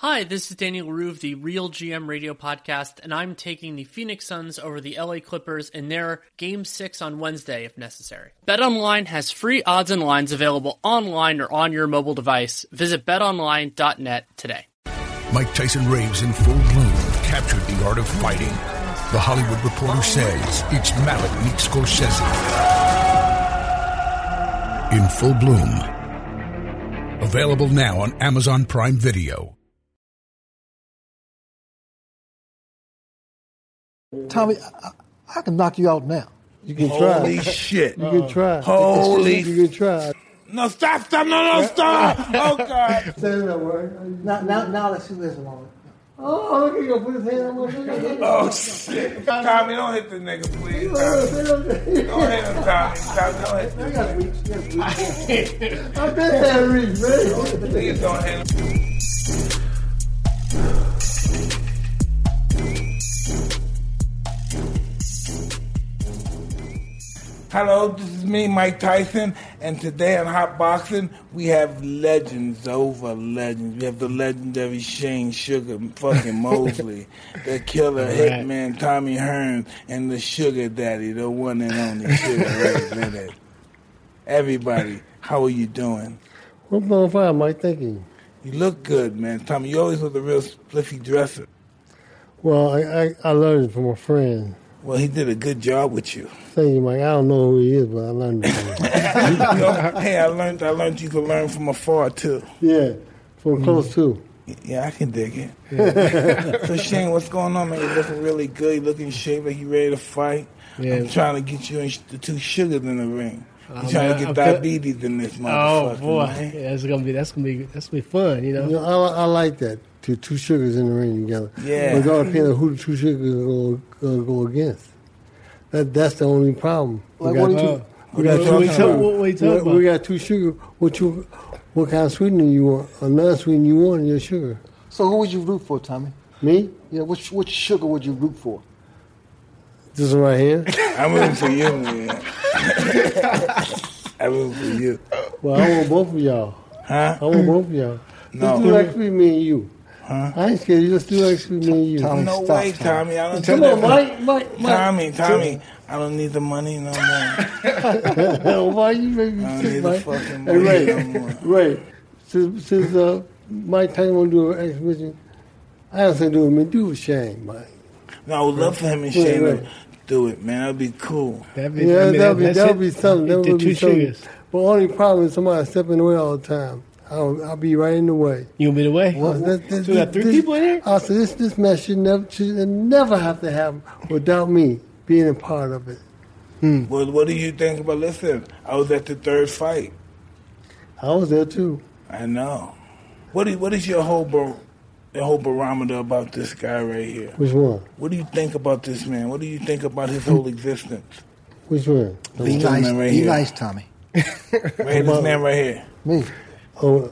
Hi, this is Daniel Rue of the Real GM Radio Podcast, and I'm taking the Phoenix Suns over the LA Clippers in their Game 6 on Wednesday if necessary. BetOnline has free odds and lines available online or on your mobile device. Visit betonline.net today. Mike Tyson raves in full bloom captured the art of fighting. The Hollywood Reporter says it's Malik meets Scorsese. In full bloom. Available now on Amazon Prime Video. Tommy, I, I can knock you out now. You can try. Holy shit. You can try. Holy You can try. No, stop, stop, no, no, stop. Oh, God. Say that word. Now, now, now that she lives a moment. Oh, look at you. Put his hand on my finger. Oh, shit. Tommy, don't hit the nigga, please. Tommy. Don't hit him, Tommy. Tommy, don't hit You him. got reach. You got reach. I've been had reach, man. Please don't hit him. Hello, this is me, Mike Tyson, and today on Hot Boxing, we have legends over legends. We have the legendary Shane Sugar fucking Mosley, the killer hitman Tommy Hearns, and the sugar daddy, the one and only sugar Ray Leonard. Everybody, how are you doing? I'm on fire, Mike. Thank you. You look good, man. Tommy, you always was a real spliffy dresser. Well, I, I, I learned it from a friend. Well, he did a good job with you. Thank you, Mike. I don't know who he is, but I learned it from him. You know, hey, I learned. I learned you can learn from afar too. Yeah, from close too. Yeah, I can dig it. so Shane, what's going on, man? You looking really good. You looking in shape. Like you ready to fight. Yeah. I'm trying to get you and sh- the two sugars in the ring. I'm Oh, trying man, to get I'm good. diabetes in this motherfucker. Oh boy, man. yeah, that's gonna be that's gonna be that's gonna be fun, you know. You know, I, I like that. Two, two sugars in the ring together. Yeah. But it's all depends on who the two sugars go go, go against. That that's the only problem. We Like, what got do you- two- What we are you got two. talking sugars. about? What- what you talking We- about? We got two sugar. What you? What kind of sweetener you want? Another sweetener you want in your sugar? So who would you root for, Tommy? Me? Yeah, which which sugar would you root for? This one right here. I'm rooting for you, man. I'm rooting for you. Well, I want both of y'all. Huh? I want both of y'all. No. Let's do like between me and you. I ain't scared. Let's do like between me and you. Tommy, No stop, way, Tommy. I don't Come do on, that. Mike. Mike. Mike. Tommy, Tommy, I don't need the money no more. Why you making I don't me need sick, the Mike? fucking Hey, money no Ray, more. Ray, since, since uh, Mike Tyson want to do an exhibition, I don't say do it, man. Do it with Shane, Mike. No, I would love for him and Wait, Shane wait. to do it, man. That'd be cool. That'd be, Yeah, that'd, be, that's that'd it. be something. That The would be two something. sugars. But only problem is somebody stepping in the way all the time. I'll, I'll be right in the way. You gonna be the way? Well, that- that- so we got three this- uh, people in here. I said this this mess should never should never have to happen without me being a part of it. Well, what do you think about? Listen, I was at the third fight. I was there too. I know. What is what is your whole bar, your whole barometer about this guy right here? Which one? What do you think about this man? What do you think about his whole existence? Which one? This man right be here. nice, Tommy. Right, this man right here. Me, Oh,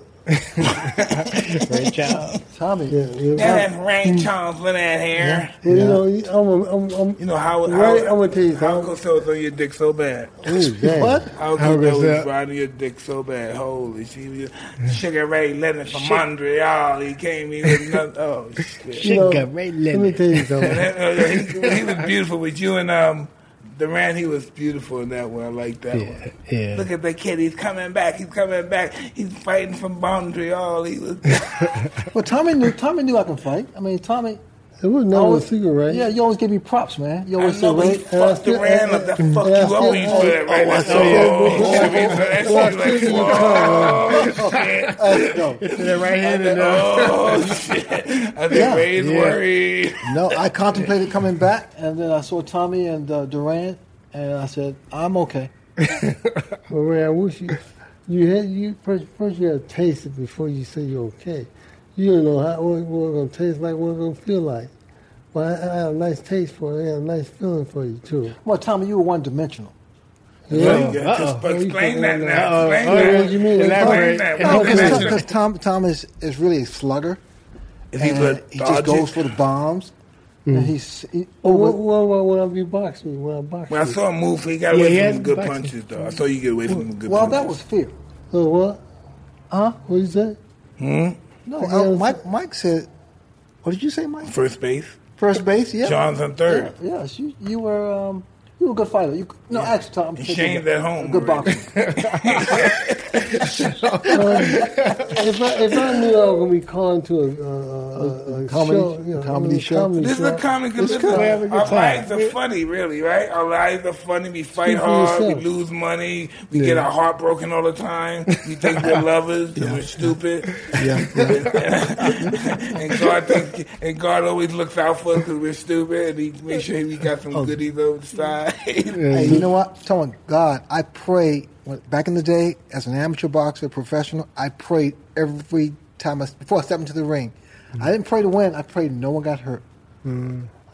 Great job. Tommy. yeah, yeah. That is Ray Charles with that hair. You know, I'm, I'm, I'm, You know how how Ray, I'm gonna tell you how something. Cosell was on your dick so bad. What? How How Cosell was Cosell- riding your dick so bad. Holy shit! Sugar Ray Leonard from Montreal. He came here with nothing. Oh shit! Sugar Ray Let me Leonard. tell you something. And that- uh, he, he was beautiful with you and um, Durant. He was beautiful in that one. I like that Yeah, one. yeah. Look at the kid. He's coming back. He's coming back. He's fighting from Montreal. He was. Well, Tommy knew. Tommy knew I can fight. I mean, Tommy. It was I never a always- secret, right? Yeah, you always give me props, man. You I always say, know he "Wait, and I fucked still- Durant up. That fuck and- you and I up still- when you do that right I now. still- Oh, shit, man, that shit like, whoa, shit. no, That right hand and uh, Oh, shit. I think Yeah. Ray's Yeah. worried. no." I contemplated coming back, and then I saw Tommy and uh, Durant, and I said, "I'm okay." Well, Ray, I wish you, you had you first, first you had to taste it before you say you're okay. You don't know how what, what it's gonna taste like, what it's gonna feel like. But I, I have a nice taste for it. I have a nice feeling for you too. Well, Tommy, you were one dimensional. Well, you Uh-oh. just- Uh-oh. Explain that now. Uh-oh. Explain Uh-oh. that. What do you mean? Explain that. Elaborate. What Because dimension? because Tom Tom is is really a slugger, Is he and he just lethargic? goes for the bombs, and he's he, Oh, over. what, what, what, when I be boxing, when I box When I you. saw him move, he got Yeah, away he from has some good boxing. punches, though. I saw you get away from some good Well, punches. that was fear. So what? Huh? Hmm? What you say? No, Is that uh, what- Mike, Mike said. What did you say, Mike? First base. First base, yeah. John's on Yeah, third. yes, you you were um, you were a good fighter. You no, actually, Tom, I'm He taking shamed back. at home Good already. boxer. uh, If I, if I knew I was going to be called to a, a, a, a comedy- show, you know, comedy show? comedy This is a comic because It's good. We have our a good lives time. are funny, really, right? Our lives are funny. We fight Speak for hard. We yourself. lose money. We get our heart broken all the time. We think we're lovers and we're stupid. yeah, yeah. and God thinks, and God always looks out for us because we're stupid, and He makes sure we got Oh. some goodies on the side. Hey, you know what? I'm telling God, I pray. When, back in the day, as an amateur boxer, professional, I prayed every time I, before I stepped into the ring. I didn't pray to win. I prayed no one got hurt. I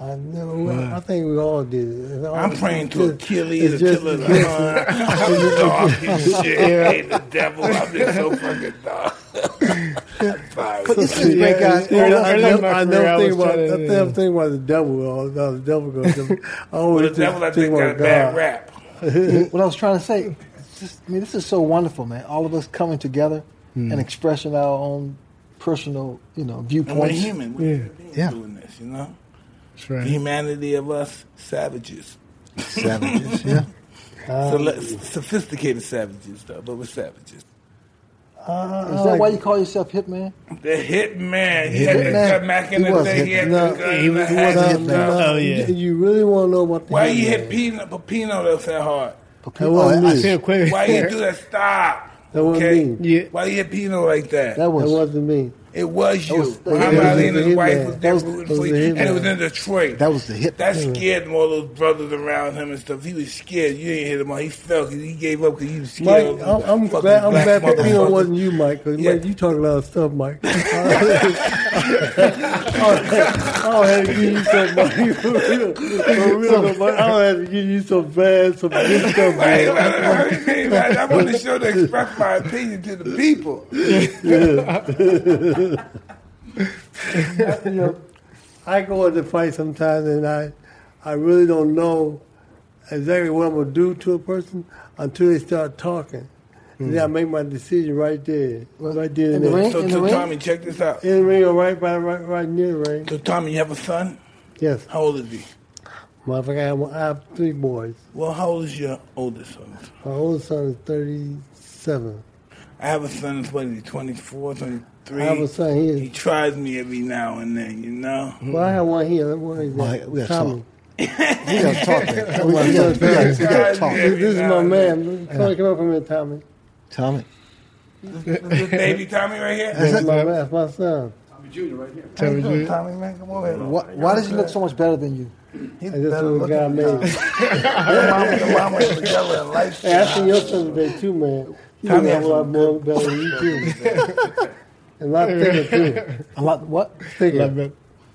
never. I think we all did. it. It's all- I'm praying to it's just- Achilles, it's just- Achilles, uh, I'm a dog and shit. Hey, the devil, I'm just so fucking dog. Fire. But this is great, Yeah, guys. yeah, All I early in never, my I career, I never think was about. trying I to- never think about the devil. uh, About the devil. Goes, uh, I always Well, the devil, I just think think, got a about bad God. rap. what I was trying to say, it's just, I mean, this is so wonderful, man. All of us coming together Hmm. and expressing our own personal, you know, And we're viewpoints. human. We're human beings Yeah. doing this, you know? That's right. The humanity of us, savages. Savages, yeah. so let, sophisticated savages, though, but we're savages. Is that why you call yourself Hitman? The hit man. He had to Hitman. cut back in He the was day. He had hitman. the No, gun. he the was- he hat, wasn't the hitman. stuff. Oh, yeah. You really want to know what? The Why hell you hit is. Pino, Pepino though so hard? That wasn't Oh, I- Oh, I me. seen a quick. Why you do that? Stop. That wasn't okay? me. Yeah. Why you hit Pino like that? That That was, wasn't me. it was you. was- that Muhammad was Ali the and his hitman. wife was there That was- rooting that for was you, the and it hitman. was in Detroit. that was the hit. That scared all those brothers around him and stuff. He was scared. You didn't hit him. on. He fell 'cause he gave up because he was Mike, scared. I'm, I'm Fucking glad. I'm black glad Pepino motherfucker. wasn't you, Mike. Because Yeah. Mike, you talk a lot of stuff, Mike. I don't have to give you some money for real. For real, no, Mike. I don't have to give you some bad, some good Right, stuff. Man. right, right, right, right. I want to show to express my opinion to the people. You know, I go into fight sometimes, and I, I really don't know exactly what I'm gonna do to a person until they start talking. And then I make my decision right there, right there Hmm. in and the there. ring? So, In the so ring? Tommy, check this out. In the ring or right by right, right near the ring. So, Tommy, you have a son? Yes. How old is he? Motherfucker, I have, I have three boys. Well, how old is your oldest son? My oldest son is 37. I have a son that's what, is he, 24, 23? I have a son, he He is. tries me every now and then, you know? Well, I have one here. One is Mike, we gotta Tommy. talk. We gotta talk. man. We gotta- we gotta- we gotta He tries me talk. every This is now my and then. man. Tommy, come up a minute, Tommy. Tommy. This is baby Tommy right here? That's my, that's my son. How Tell you me, doing, dude. Tommy, man? Come over here. Why, why does he look so much better than you? He's And this better little guy looking than made. Tommy. Your mama and your mama are together in life. Hey, I seen your son today, too, man. He Tommy Tommy a has lot some more better than you, too. And a lot thicker, too. A lot. What? Love Thicker. it.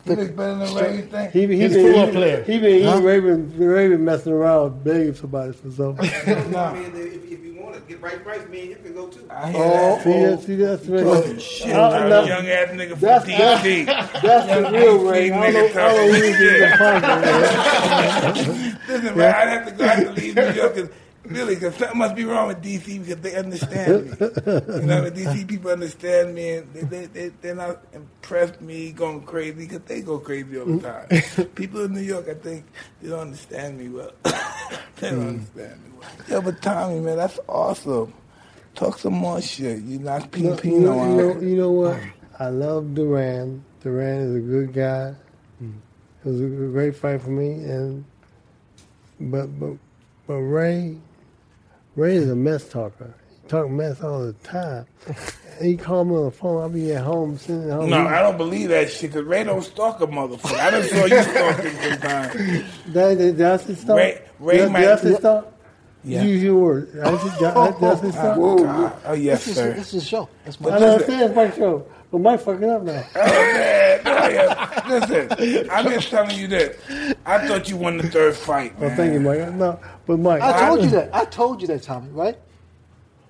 He looks better than Ray, you think? He, he He's a been, football he, player. He been, he Huh? Raven, Raven messing around begging somebody for something. I mean, if, if you want to get right price, me and you can go too. I hear Oh, see, that. that- see, that's what Shit, Oh, I'm no. a young ass nigga from That's- DC. That's the real Ray. I don't, I don't use it as a partner, Listen, man, I'd have to go I have to leave New York 'cause- really, because something must be wrong with DC because they understand me. You know, the DC people understand me and they, they, they, they're not impressed me going crazy because they go crazy all the time. people in New York, I think, they don't understand me well. they Hmm. don't understand me well. Yo, but Tommy, man, that's awesome. Talk some more shit. You knock Pino you, know, you, out. know, you know what? I love Duran. Duran is a good guy. It was a great fight for me, and but but but Ray, Ray is a mess talker. He talk mess all the time. he called me on the phone. I'll be at home sitting at home. No, I don't believe that shit because Ray don't stalk a motherfucker. I done saw you stalking sometimes. that, that, that's his stuff. Ray- Ray that, might- that's his stuff. Yeah. Use your word. That's his, that, that's his stuff. Oh, God. Oh, yes, This is, sir. this is a show. That's I my don't understand Mike show, but Mike fucking up now. Man, no, yeah. Listen, I'm just telling you this. I thought you won the third fight, Oh, man. thank you, Mike. No, but Mike, I told you that. I told you that, Tommy. Right?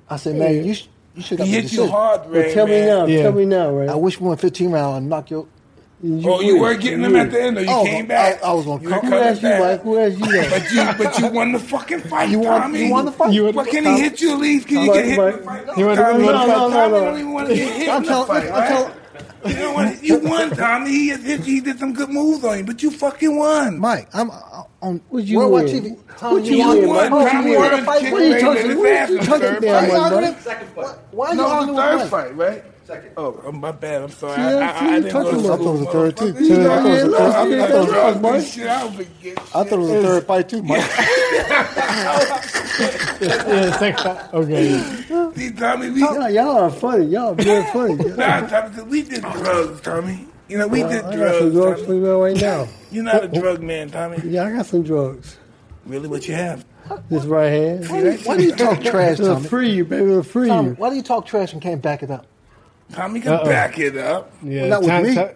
I said, man, you sh- you should have He got the hit you decision. hard, Ray. But tell me now. man. Yeah. Tell me now, I right? wish we went 15 round and knock your. Oh, you win. were getting him at the end, or you Oh, came back. I- I was gonna You come- were Who coming asked you, back. Mike? Who asked you that? But you, but you won the fucking fight, You won. Tommy. You won the fight. You But can he hit you, at least? Can you Mike, get hit in the Mike. fight? You won the- Tommy, you won the- No, no, no, Tommy no. don't even want to get hit I'm in the telling. fight, I'm right? telling. You know what? You won, Tommy. He, he, he did some good moves on you, but you fucking won. Mike, I'm uh, on What'd you Worldwide win? TV. What'd you won. win, Mike? Mike? What'd Tommy you win? Warren What kicked are you Ray talking in about? his ass in What the are you talking third about? Why you fight. arguing- Second fight. Why are you No, it arguing was with third Mike? fight, right? Second. Oh, I'm- my bad. I'm sorry. See, I, I see I, I you didn't go to talking school, about- I thought it was the third, too. motherfucker. You know, I thought it was the look, first- I'm I like drunk thought it was the first one. and shit. I don't forget I thought it was the third fight too, Mike. Yeah, it's like, okay. shit. See, Tommy, we, Y'all, y'all are funny. Y'all are very funny. nah, Tommy, 'cause we did drugs, Tommy. You know, we Oh. Uh, I did got some drugs drugs. for Tommy. you Oh, right now. You're not a drug man, Tommy. Yeah, I got some drugs. Really, what you have? This right hand. Why do you- Why do you talk trash, It'll Tommy? free you, baby. It'll free Tommy, you. why do you talk trash and can't back it up? Tommy can Uh-oh. back it up. Yeah, Not with time- me. time-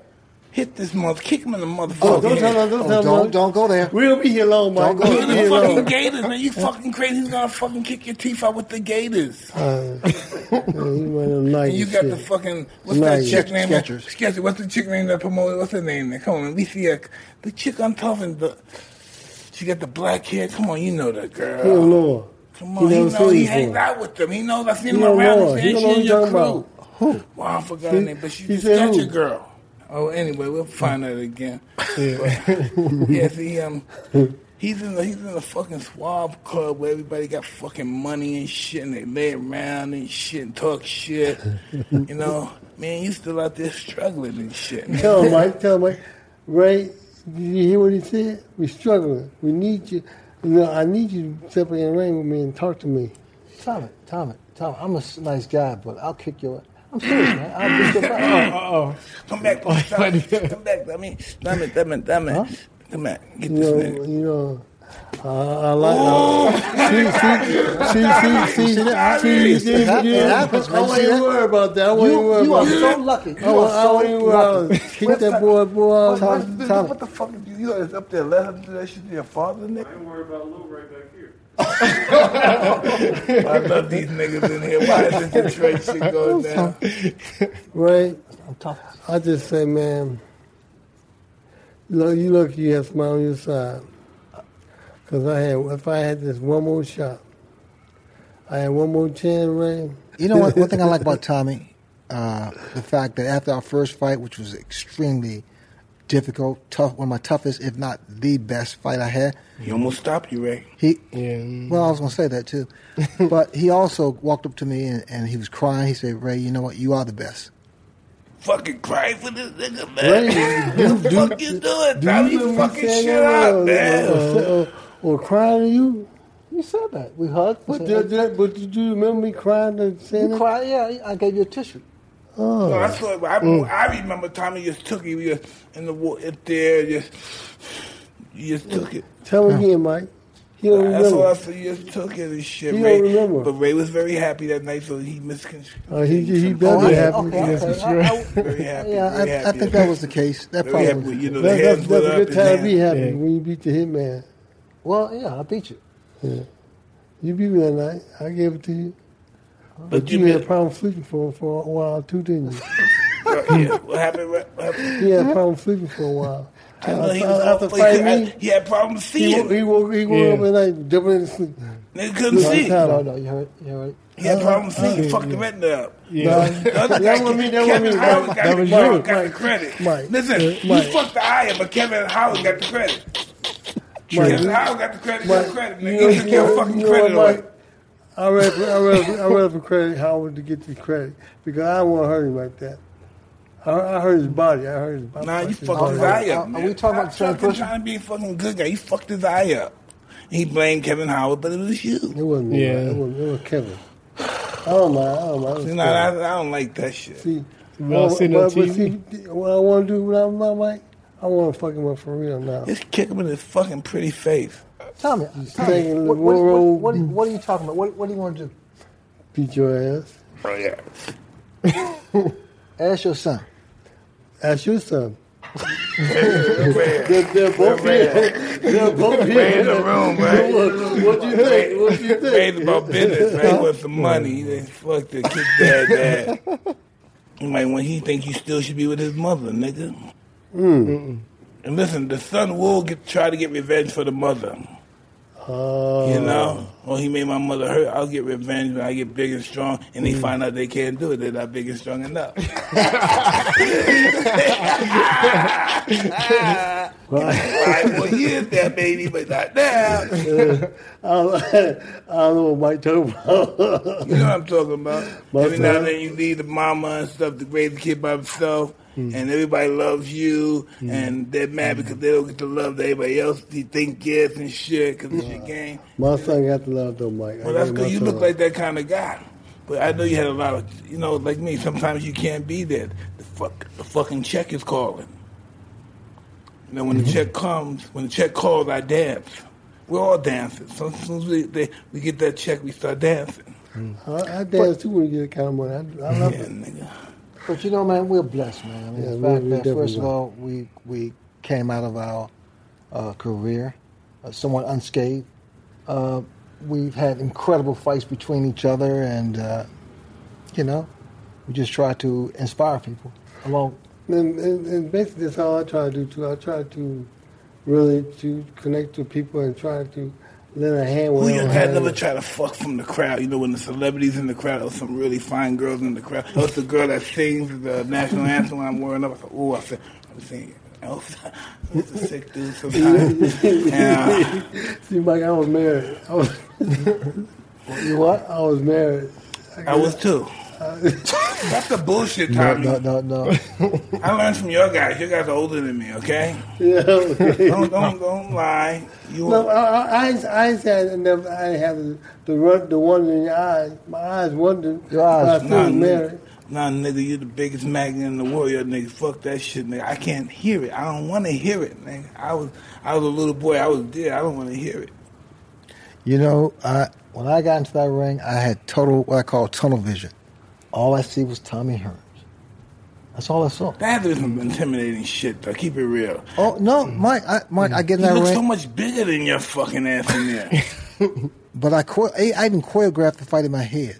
Hit this mother, kick him in the Oh, don't motherfucker. tell head. him. Don't Oh, tell don't him. don't go there. We'll be here long, Mike. Don't go- We'll Look be at here the fucking long. gators, man. You fucking crazy. He's gonna fucking kick your teeth out with the gators. Yeah, he one of them nice And you as got shit. the fucking what's Nice. that chick name? Skechers. Skechers. What's the chick name that promoted? What's her name? Come on, we see her. The chick I'm talking the. She got the black hair. Come on, you know that girl. You don't know her. Come on, You he never knows seen he her hangs before. out with them. He knows I seen You him don't around. know her. He's You saying she don't know in who your you're crew. talking Who? Well, I forgot her He- name, but she's he a said Skechers who? girl. Oh, anyway, we'll find that again. yeah. yes, he um, he's in the he's in the fucking swab club where everybody got fucking money and shit, and they lay around and shit and talk shit. you know, man, you still out there struggling and shit. Man. Tell him, Mike. Tell him, Mike. Ray, did you hear what he said? We're struggling. We need you. You know, I need you to step in the ring with me and talk to me. Tommy, Tommy, Tommy. I'm a s- nice guy, but I'll kick your. I'm serious, man. I'll kick your butt. Uh-oh. Come back, come back, come back. I mean, damn it, damn it, damn it. Come back, get You this know, nigga. you know. uh, I, I like. I, see, see, see, see, Tommy! see, see, see, see, Oh! That- that happens, I man. wouldn't See even that? worry about that. I wouldn't even You, worry you about are that. so lucky. You I are wouldn't- I so wouldn't even worry. lucky. about it. Kick that boy, boy. out. Tommy, What, Tommy. the fuck? You, you is up there? Let him do that shit to your father, nigga. Don't worry about Lou right back here. I love these niggas in here. Why is this Detroit shit going down? Right? I'm tough. I just say, man, look, you look, you have smile on your side. Because I had, if I had this one more shot, I had one more chance, Ray. You know what? One thing I like about Tommy, uh, the fact that after our first fight, which was extremely difficult, tough, one of my toughest, if not the best fight I had, He almost stopped you, Ray. he. Yeah. Well, I was going to say that too, but he also walked up to me and, and he was crying. He said, "Ray, you know what? You are the best." fucking cry for this nigga, Ray, man. do- What the fuck you doing, Do Tommy? You remember fucking saying shit that uh, up, or- man. Or, or, or crying to you? You said that. We hugged. We But did, said, did, but did you remember me crying and saying you that? cried. Yeah, I gave you a tissue. No, I, saw, it, but Mm. I, I remember Tommy just took it. We was in the war, up there, just, you just took it. Tell me again, Mike. He don't That's what I remember. saw. You just took it and shit, He Ray. don't remember. But Ray was very happy that night, so he misconstrued. Uh, he he Oh, I- doesn't have okay, to. okay. Very happy. Yeah, very I, I happy. think that was the case. That probably. Very happy. Was, You know, the That, that's, hands that's went a up. good and time to down. be happy Yeah. when you beat the hitman. well, yeah, I beat you. You beat me that night. I gave it to you. But But you had a problem sleeping for for a while too, didn't you? yeah, what happened? Ray? What happened? He had a problem sleeping for a while. I know he was After off, but he, fighting me, had, he had problems he seeing. woke, he woke, he woke Yeah. up at night, doubling his sleep. Nigga couldn't No, see. I'm Oh, No, no, you heard. You heard. He had problems seeing. Fuck the retina up. Yeah. The other That guy, was me, that Kevin was me. Howard got That was the, Howard you. got the Mike, credit. Mike, Listen, uh, you Mike. fucked the eye, but Kevin Howard got the credit. Mike, Kevin Howard got the credit. got the credit. you Man. know- He took you know- your fucking you know credit what, away. Mike? I read, for, I read, for, I read for credit Howard to get the credit because I don't want to hurt him like that. I, I hurt his body. I hurt his body. Nah, you fucked Oh, his no. eye Are- up. are man. we talking about the same Stop fucking person? trying to be a fucking good guy. You fucked his eye up. He blamed Kevin Howard, but it was It you. wasn't me. Yeah. It, was, it was Kevin. I don't mind. I don't mind. It was You know, Kevin. I, I don't like that shit. See, We all I- sitting but- on but TV. see, what I want to do when I'm not Mike, I want to fuck him up for real now. Just kick him in his fucking pretty face. Tommy, Tommy taking the what, what, what, world- what, are you- what are you talking about? What, what do you want to do? Beat your ass. Oh, yeah. Ask your son. Ask your son. Red. They're, they're both Red. They're both Red in the room, right? What you think? What you think? Made about business, right? With some money. They fucked it, kick dad dad. You might want he think he still should be with his mother, nigga. Mm. And listen, the son will get try to get revenge for the mother. Oh. You know, well, he made my mother hurt. I'll get revenge when I get big and strong, and Mm. they find out they can't do it. They're not big and strong enough. Right, well, you did that, baby, but not now. You I don't know what Mike talking about. know what I'm talking about. But, Every now uh, and then you leave the mama and stuff to raise the kid by himself, Hmm. and everybody loves you, and they're mad because they don't get the love that everybody else they think gets and shit because it's your game. my son got the love though, Mike. I Well, that's gave good. my You son look love. like that kind of guy. But I know you had a lot of, you know, like me. Sometimes you can't be there. The fuck, the fucking check is calling. And then when Mm-hmm. the check comes, when the check calls, I dance. We're all dancing. So as soon as we, they, we get that check, we start dancing. Mm-hmm. I, I dance too when you get that kind of money. I, I Yeah, love it. nigga. But you know, man, we're blessed, man. I mean, Yeah, the we- fact we that first definitely of all, we we came out of our uh, career uh, somewhat unscathed. Uh, we've had incredible fights between each other, and uh, you know, we just try to inspire people along. And, and, and basically, that's all I try to do too. I try to really to connect to people and try to lend a hand Who when you I I have never try to fuck from the crowd. You know, when the celebrities in the crowd, or some really fine girls in the crowd, or it's the girl that sings the national anthem when I'm wearing up. I said, oh, I said, I'm singing. Elsa. It's a sick dude sometimes. yeah. See, Mike, I was married. I was, you what? I was married. I was too. That's the bullshit, Tommy. No, no, no. I learned from your guys. You guys are older than me, okay? Yeah. Don't, don't, don't lie. You No, I, I, I, ain't- I ain't saying I never. I didn't have the the, run, the wonder in your eyes. My eyes wondered. Your eyes. why I still was nigga. married. Nah, nigga, you the biggest magnet in the world, yo, nigga. Fuck that shit, nigga. I can't hear it. I don't want to hear it, nigga. I was, I was a little boy. I was there. I don't want to hear it. You know, I, when I got into that ring, I had total what I call tunnel vision. All I see was Tommy Hearns. That's all I saw. That is some intimidating shit, though. Keep it real. Oh no, Mike! I, Mike, I get in You that look ring. so much bigger than your fucking ass in there. But I, chor- I I even choreographed the fight in my head,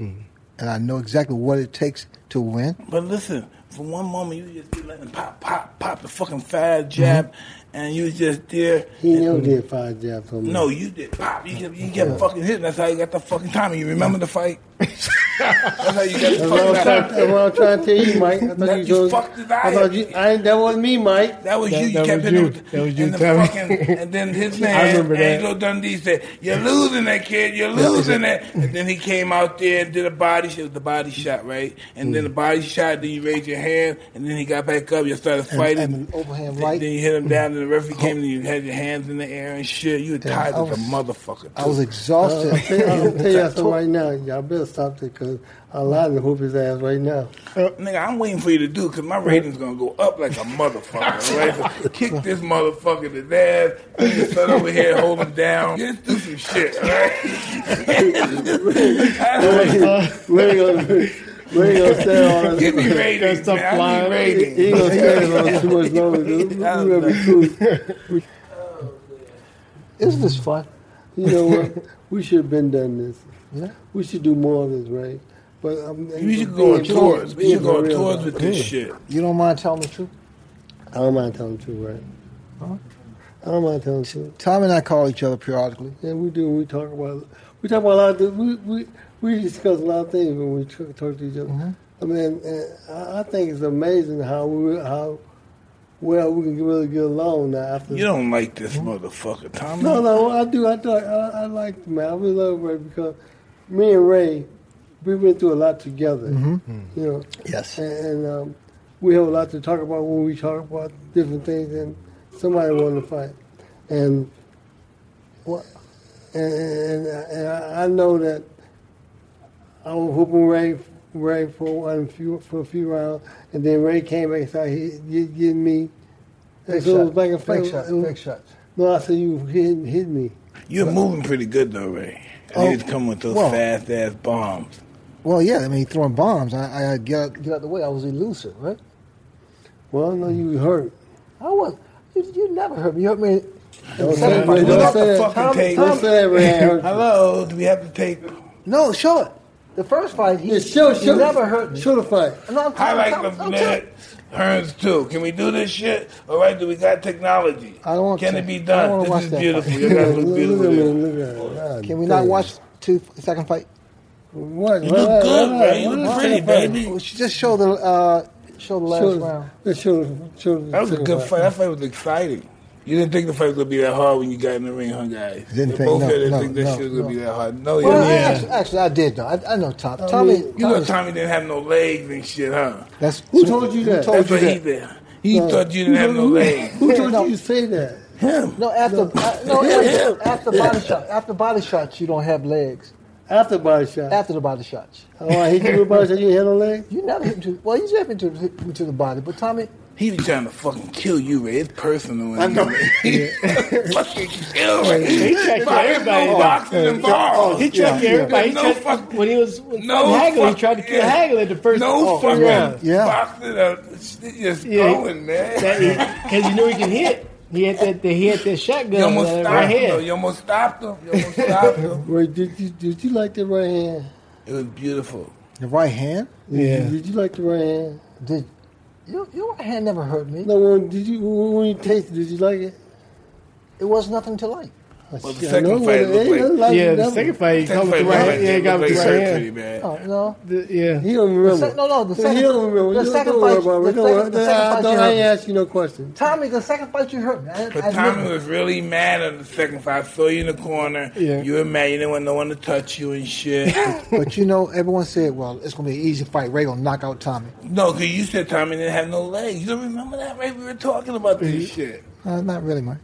Mm-hmm. and I know exactly what it takes to win. But listen, for one moment you just be letting pop, pop, pop the fucking fast jab, and you just there. He never did five jabs on me. No, you did pop. You kept, you kept fucking hitting. That's how you got the fucking timing. You remember the fight? That's how you got the That's what, fucking I'm trying, timing. that's what I'm trying to tell you, Mike. I That- thought you you, was- fucked his eye I thought up. you. I, ain't- that wasn't me, Mike. That was That- you. You that kept was hitting you. him with- That was you, and the Tommy. fucking, and then his I man, remember that. Angelo Dundee, said, "You're losing that kid. You're losing it." And then he came out there and did a body shot, the body shot, right? And then the Mm. body shot. Then you raised your hand, and then he got back up. You started fighting. and an overhand Then- right. Then you hit him Mm. down, and the Oh. referee came, and you had your hands in the air and shit. You were tired I as a was- motherfucker. I was too. exhausted. I'll tell, I'll tell you something right now. Y'all better stop it because I'm lying to hoop his ass right now. Nigga, I'm waiting for you to do because my rating's gonna go up like a motherfucker. Right? So kick this motherfucker to death. Put your son over here, hold him down. Just do some shit, alright? Where you gonna, where you gonna stay on Give me us? ratings, Stop man. I need lying. He ratings. he gonna stay on us too much longer. dude. You gonna be cool. Isn't this fun? You know what? We should have been done this. Yeah. We should do more of this, right? But um, We should go on tours. We should go on tours with this Yeah. shit. You don't mind telling the truth? I don't mind telling the truth, right? Huh? I don't mind telling the truth. Tom and I call each other periodically. Yeah, we do. We talk about we talk about a lot of things. We we we discuss a lot of things when we t- talk to each other. I mean, uh, I I think it's amazing how we how well we can really get along now. After You don't like this motherfucker, Tommy. no, no, I do. I do. I, I like the man. I really love Ray because me and Ray, we went through a lot together. You know, Yes. and, and um, we have a lot to talk about when we talk about different things. And somebody wanted to fight, and what? And and, and I, I know that I was hooping Ray Ray for one few for a few rounds, and then Ray came back and started hit- getting me. And so it was back and forth. big shots, It was- big shots. no, I said you hit, hit me. You're moving pretty good though, Ray. Oh, You just come with those well. fast ass bombs. Well, yeah. I mean, throwing bombs. I, I get out, get out the way. I was elusive, right? Well, no, you was hurt. I was. You, you never hurt me. You hurt me. Don't Tom- say, Ray, Pull don't out say the that. fucking tape. Don't say that, Ray. I hurt you. Hello, do we have the tape? No, show it. The first fight, he, Yeah, show, he show, never hurt. Show the fight. No, I'm I telling- like I'm- the I'm Ned telling- Hearns too. Can we do this shit? All right, do we got technology? I don't want Can to. it be I don't done? wanna watch This is that beautiful. fight. You Look guys at look him, look at beautiful. him, look at him. Can we not watch two second fight? What? You look good, man. You look pretty, We baby. should just show the uh, show the last round. That was a good fight. That fight was exciting. You didn't think the fight was gonna be that hard when you got in the ring, huh, guys? Didn't You think- both no, didn't no, think this no, shit was gonna no. be that hard. No, Well, I- yeah. actually, actually, I did know. I, I know Tom. Tommy, mean, You know Tommy's- Tommy didn't have no legs and shit, huh? that's Who told you that? told That's you what he that? did. He thought you didn't have no legs. Who Yeah, told no. you to say that? Him. No, after uh, no after, after body shot, after body shots, you don't have legs. After body shot. After the body shots, Oh, I hit you with a body shot. You had no leg? you never hit into well, you just hit into, hit into the body. But Tommy, He was trying to fucking kill you, man. It's personal. I know. fucking kill me. He checked everybody. No boxing involved. He checked Yeah. everybody. He No checked, fuck- when he was with No Hagler, fuck- he tried to kill yeah. Hagler at the first. Oh, No fucking round. Yeah. boxing. Uh, shit just Yeah. going, man. because he knew he could hit. He had that. that- He had that shotgun you almost uh, stopped right him. though. here. You almost stopped him. You almost stopped him. Wait, did you, did you like the right hand? It was beautiful. the right hand Yeah. Did you, did you like the right hand? did. Your, your right hand never hurt me. No, when, did you, when when you tasted it, did you like it? It was nothing to like. I Well, the said, I second know fight it looked ain't like- nothing like Yeah, it, the nothing. second fight, he caught Second with the fight, right hand. Yeah, he got with the right Oh. surgery, hand. man. No, no. The- Yeah. He don't The remember. sec- no, no. The second, he don't remember. the You second fight. don't worry about The it. Don't worry- second, the second I, fight. don't, you I hurt me. ain't ask you no question. Tommy, the second fight you hurt me. I, I But admit Tommy it. was really mad at the second fight. I saw you in the corner. Yeah. You were mad. You didn't want no one to touch you and shit. But you know, everyone said, "Well, it's gonna be an easy fight. Ray gonna knock out Tommy." no, because you said Tommy didn't have no legs. You don't remember that, right? We were talking about this shit. Uh, not really, man.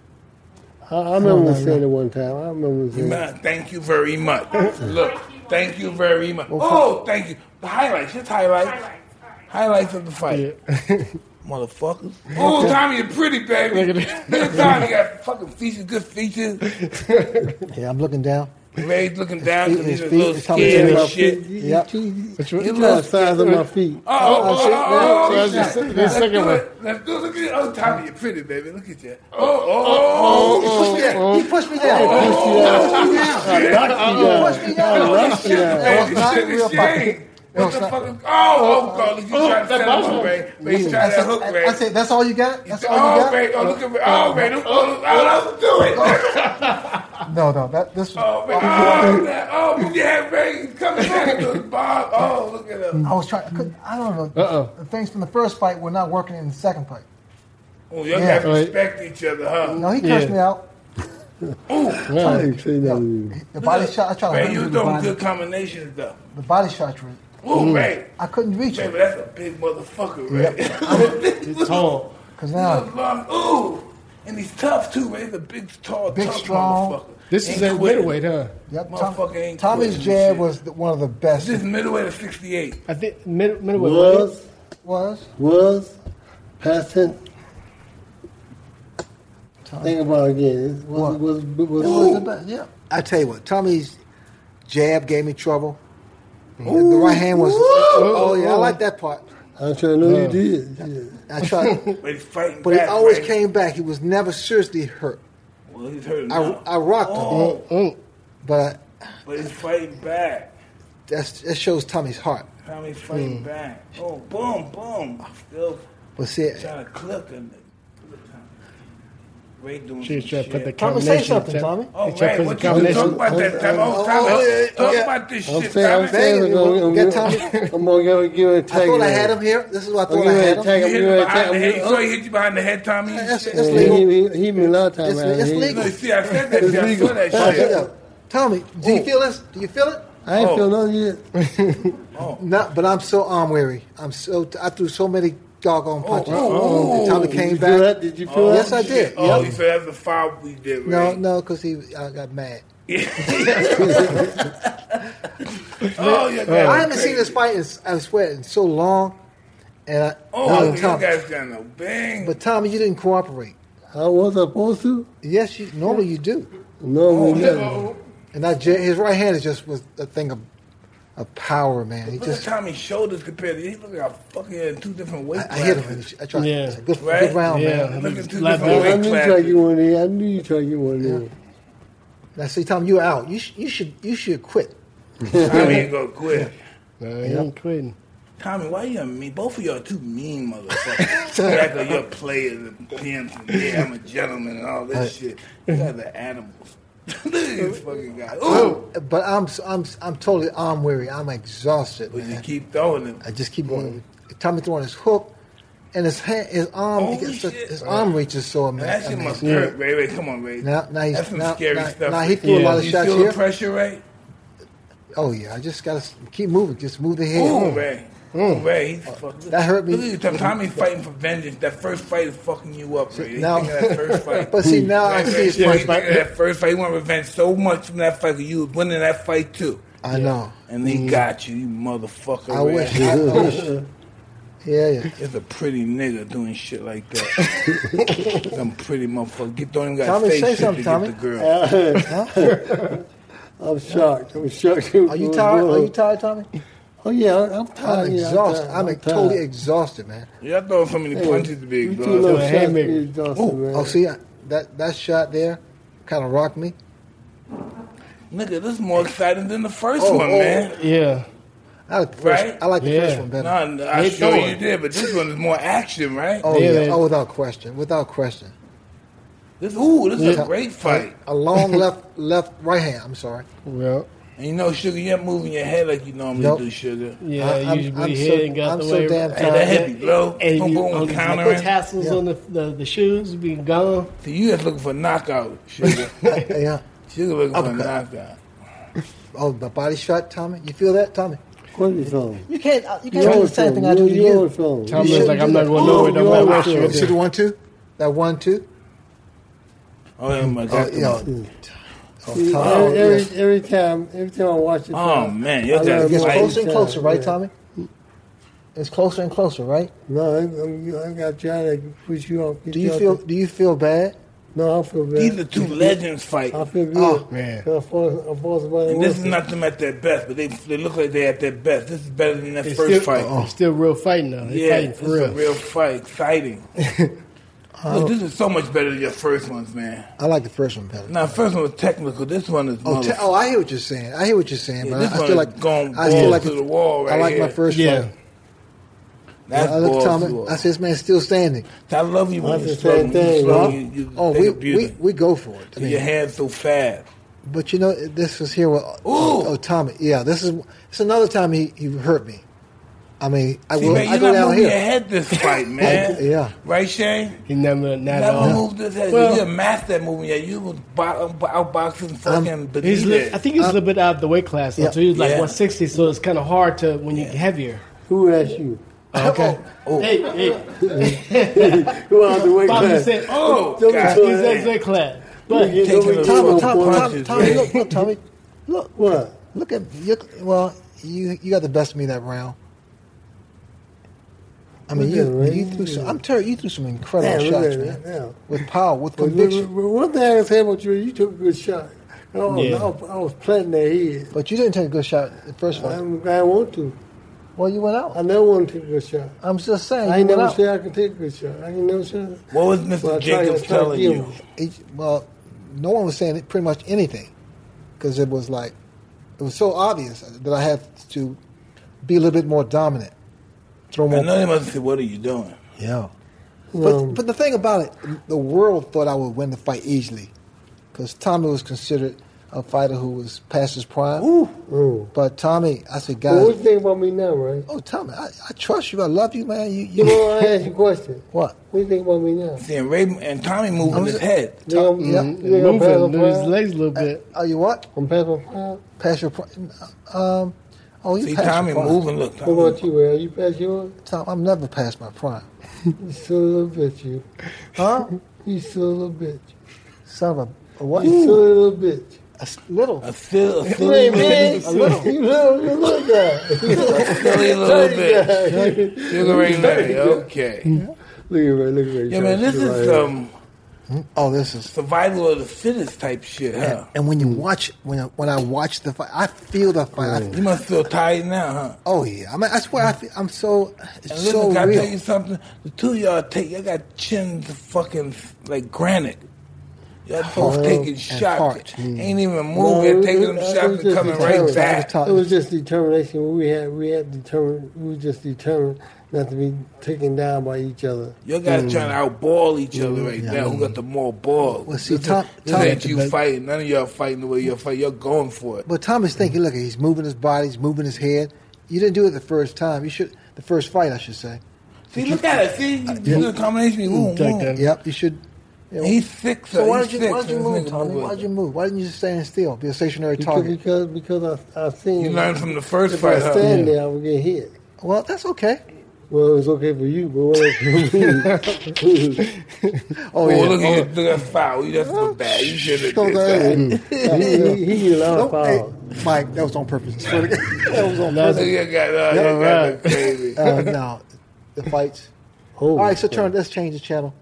I, I remember no, saying it one time. I remember saying it. Man, thank you very much. Look, thank you very much. Oh, thank you. The highlights, just highlights. Highlights of the fight. Motherfuckers. Oh, Tommy, you're pretty, baby. Look Look at Tommy, got fucking features, good features. Yeah, I'm looking down. Ray's looking down because he's a His little feet, Tommy's in scared and his shit. You- Yep. You, you, That's you right. try to size up my feet. Oh, oh, shit. oh, oh, So oh, I was just- shit. this Let's second do one. it. Let's do it. Look at it. Oh, Tommy, you're pretty, baby. Look at you. Oh, oh, oh, shit. Oh, He pushed me down. He pushed me down. Shit, man, Not shit, real shit. What the fuck is- Oh, oh, God, look, you trying to set him up, Ray. Ray, you trying to hook, Ray. I said, "That's all you got? That's all you Oh, got?" Ray, oh, look at Ray. Oh, Ray, look- oh, oh, let's do it. No, no. That this. Oh, Ray, oh, man. oh, yeah, Ray, he's coming down to the Bob. Oh, look at him. I was trying. I, couldn't, I don't know. Uh-oh. The things from the first fight were not working in the second fight. Oh, y'all Yeah. gotta respect each other, huh? No, he cursed Yeah. me out. I ain't say nothing. The body shot. I tried to Ray, hit you him with the doing body. good combinations, though. The body shot. Ray. Oh, Ray. I couldn't reach Ray, but him that's a big motherfucker, Ray. It's tall. because now Look, Mom, Ooh, and he's tough too, man. He's a big, tall, Big, tough strong. motherfucker. This is Ain't at quitting. middleweight, huh? yep, Motherfucker ain't Tommy's quitting jab shit. was the, one of the best. This is middleweight at sixty-eight. I think mid, middleweight. wasn't Was, was was, past tense. Think about it again. Was, What? was, was, was, It was the best. Yeah. I tell you what, Tommy's jab gave me trouble. the right hand was. Oh, yeah, I like that part. I'm sure I know Uh. you did. Yeah. I tried, But he's fighting but he back. always Ray. came back. He was never seriously hurt. Well, he's hurting I, now. I rocked him, it? Oh, but I, but he's fighting back. that's, that shows Tommy's heart. Tommy's fighting back. Oh, boom, boom. Still But see, trying to clip him. Ray doing she was some trying to put the shit. Tommy, say combination. something, check- Tommy. Oh, they tried Ray, to put what the you been talking combination. about that time? Oh, Tommy, oh, yeah, talk yeah. about this I'm shit, saying, I'm Tommy. saying, I'm gonna, I'm Get gonna- Tommy. I'm gonna give, give it a tag. I thought I now. had him here. This is what I I'm thought I giving it had a him. tag. You I'm hit him behind the giving it a head. You tag. saw he hit you behind the head, Tommy? That's, that's I'm- He legal. he- he hit me a lot of times. It's- man. it's He- legal. No, see, I said that shit. I saw that Oh, shit. yeah. Tommy, do you feel this? Do you feel it? I ain't Oh. feel nothing yet. Not, but I'm so arm weary. I'm so I threw so many Oh, doggone punches. And Tommy came Did you feel back. that? Did you feel that? Yes, I did. Oh, Yep. he said that's the foul we did, No, right? no, because he I got mad. Oh, yeah, man. I haven't seen this fight. In, I swear in so long, and I, Oh, no, you Tommy, guys got no bang. but Tommy, you didn't cooperate. I was supposed to. Yes, you normally you do. No, we oh, didn't. no. And I, ja- his right hand is just was a thing of, of power, man. He Look just at Tommy's shoulders compared to. He look like a fucking in two different weight I, I classes. hit him. And I tried. Yeah. It's a good, Right? good round, Yeah. man. Look at two different Left leg. I weight knew you tried to classes. get one in. I knew you tried to get one in. Now see, Tom, you were out. You sh- you should you should quit. Tommy ain't gonna quit. I'm quitting. Tommy, why you and me? Both of y'all two mean motherfuckers. Back of your players and pimps and yeah, I'm a gentleman and all this shit. You guys are animals. Look at this fucking guy. Oh. Ooh. But I'm I'm I'm totally arm weary. I'm exhausted. But you Man. keep throwing him. I just keep going. Tommy throwing his hook, and his hand, his arm, Mm. Holy he gets the- shit. his arm reaches so ama- That shit amazing. must hurt, Ray. Ray, come on, Ray. Now- now he's- That's some now- scary now- stuff. now he threw a lot of you shots feel here. the pressure, Ray? Oh yeah, I just gotta s- keep moving. Just move the head. Ooh, Ray. Ooh, Ray. He's fucked. Mm. Uh, That hurt me. Look at you, Tom. Tommy's fighting for vengeance. That first fight is fucking you up, Ray. now- Now, that first fight. But see now I Ray, see Ray, his Ray, punch. you thinking That first fight, you want revenge so much from that fight. 'cause You was winning that fight too. I know. And he got you, you motherfucker. Mm. I Ray. wish. I wish. Yeah, yeah. It's a pretty nigga doing shit like that. Some pretty motherfucker. Get don't even got Tommy, face say shit something, to get Tommy. the girl. I'm shocked. I'm shocked. Are you tired? Are you tired, Tommy? Oh yeah, I- I'm tired. I'm yeah, exhausted. tired. I'm, tired. totally exhausted, man. Y'all throwing so many punches to be You two little exhausted. Hey, shots man. be exhausted, man. Oh, see I, that that shot there, kind of rocked me. Nigga, this is more exciting than the first Oh, one, oh. man. Yeah. I like the first. Right? I like the Yeah. first one better. Nah, I They sure throwing. you did, but this one is more action, right? oh Yeah, yeah. man. Oh, without question. Without question. This ooh, this is a Yeah. great fight. A long left, left, right hand. I'm sorry. Well, And you know, sugar, you're moving your head like you normally Nope. do, sugar. yeah. I- I'm- usually I'm head so- and got I'm the so way damn right. Hey, that tired. heavy blow, And boom, you, boom, on these knuckle countering. tassels on the, the the shoes be gone. So you just looking for knockout, sugar. Yeah. sugar looking for Uppercut. knockout. Oh, the body shot, Tommy. You feel that, Tommy? What is on? You can't. You You can't do the always same on. thing I do to You you. always on. shouldn't Tommy was like, do "I'm that. not going Oh, nowhere. No you matter always what do you that. You see the do." one two? That one two? Oh, yeah, my Oh, God. you know. Oh, See, Tommy. every, yes. every, every time, every time I watch it, Oh, man, you're I just It learn gets more fighting. closer and each closer, time, right, yeah. Tommy? It's closer and closer, right? No, I'm, I'm, I'm not trying to push you off. Do you feel? Do you feel bad? No, I feel bad. These are two legends fight. I feel good. Oh, man. I forced, I forced my And this is not them at their best, but they they look like they're at their best. This is better than that It's first still, Oh. uh-uh. fight. it's still real fighting though. They Yeah, fighting it's for a real. real fight. Exciting. Uh, Look, this is so much better than your first ones, man. I like the first one better. Now, first one was technical. This one is Oh, te- motherfucking- oh, I hear what you're saying. I hear what you're saying, Yeah, but this I, I one still is like. going I still balls like to the wall I right like my here. first Yeah. fight. That's I look balls at to the Tommy. wall. I said, "This man's still standing." I love you when That's you the slow. same When you thing, slow, huh? you, you Oh, take we, abuse we it. we go for it. I your mean, hands so fast. but you know, this was here with oh, oh, Tommy. Yeah, this is it's another time he, he hurt me. I mean, I See, will. man, I you're go not down moving your here. head this fight, man. yeah. Right, Shane? He never, not at Never all. moved this head. Well- you're a master at moving your head. You was bo- outboxing fucking beneath He's li- it. I think he's a little bit out of the weight class. Though, yeah. So he was like Yeah. 160, so it's kind of hard to when you're heavier. Who asked you? Okay. Oh, Hey, hey, Who out the way? Bobby class? said, "Oh, Oh, Don't God. be he's damn. X class." But You taking know a what Tommy, little you Tommy, want. Tommy, punches, Tommy, yeah. look, look, Tommy, look, What? look at look. Well, you you got the best of me that round. I mean, Look at it, you, Ray. you threw some. I'm telling you, you threw some Man, incredible look shots, at that man. now. With power, with But look, conviction. but One thing I can say about you, you took a good shot. I was, Yeah. I was, I was planting their head. But you didn't take a good shot at the first I one. I want to. Well, you went I out. never want to take a good shot. I'm just saying. I you ain't went never out. said I could take a good shot. I ain't never said What was Mr. Well, I tried- I Jacobs tried to telling give you? him. each, well, no one was saying it, pretty much anything because it was like it was so obvious that I had to be a little bit more dominant, throw I more. know they must have said, what are you doing? Yeah, Um, but but the thing about it, the world thought I would win the fight easily because Tommy was considered a fighter who was past his prime. Oh. But Tommy, I said, Well, what guys, you think about me now, right? oh Tommy, I, I trust you, I love you, man. You, You you know, I ask you a question. what? What do you think about me now? See, and, Ray, and Tommy moving his head. You think I'm, Yeah. you think I'm past moving, my lose his prime? legs a little bit. Are Oh, you what? I'm past my prime? Past your prime? Um, oh, you See, past Tommy your prime. moving. Look, Tommy. What about you, Ray? Are you past yours? Tom, I'm never past my prime. You still a little bitch, you. Huh? You still a little bitch. Son of a, a what? You still a little bitch. A s- little. A, sil- a silly, Hey, man. A little. You little, you little guy. silly little bit. Look Sugar Ray Leonard, okay. at Ray, look at Ray. Yeah, man, this is um, Oh, this is. survival of the fittest type shit, huh? And when you watch, when I, when I watch the fight, I feel the fight. I feel- You must feel tired now, huh? oh yeah, I mean, I swear, I feel, I'm so, And it's listen, so can I tell real. you something? The two of y'all take, y'all got chins fucking like granite. Y'all folks Hard taking and shots. hard. Ain't even No, moving, it- taking them it- it was shots and just coming right determined. back. Top. It was just determination. We had we had determined. We were just determined not to be taken down by each other. Y'all guys trying to outball each other right Mm. yeah. now. Who got the more balls? Well, see, this Tom- this Tom- ain't you but- fighting. None of y'all fighting the way y'all fight. Y'all going for it. But Tom is thinking, look, he's moving his body, he's moving his head. You didn't do it the first time. You should, the first fight, I should say. See, look at it. See, this is a combination. Boom, Take boom. that. Yep, you should. you know. He's sick. Mm, so why he's did you, sick, why did you so this move, nigga Tommy? move Why it. did you move? Why didn't you just stand still, be a stationary Because target? because, because I I seen You learned from the first if fight, I huh? stand there, I would get hit. Well, that's okay. Well, it's okay for you, but what if for me? Oh, Oh, yeah. Oh. look at look at foul. You just look bad. You should have Go did ahead. that. he, he, he get a lot of Nope, fouls. hey, Mike, that was on purpose. Swear to God. that was on That's- purpose. Look at that. uh, that right. look crazy. Uh, no, the fights. Oh, All right, so turn. Let's change the channel.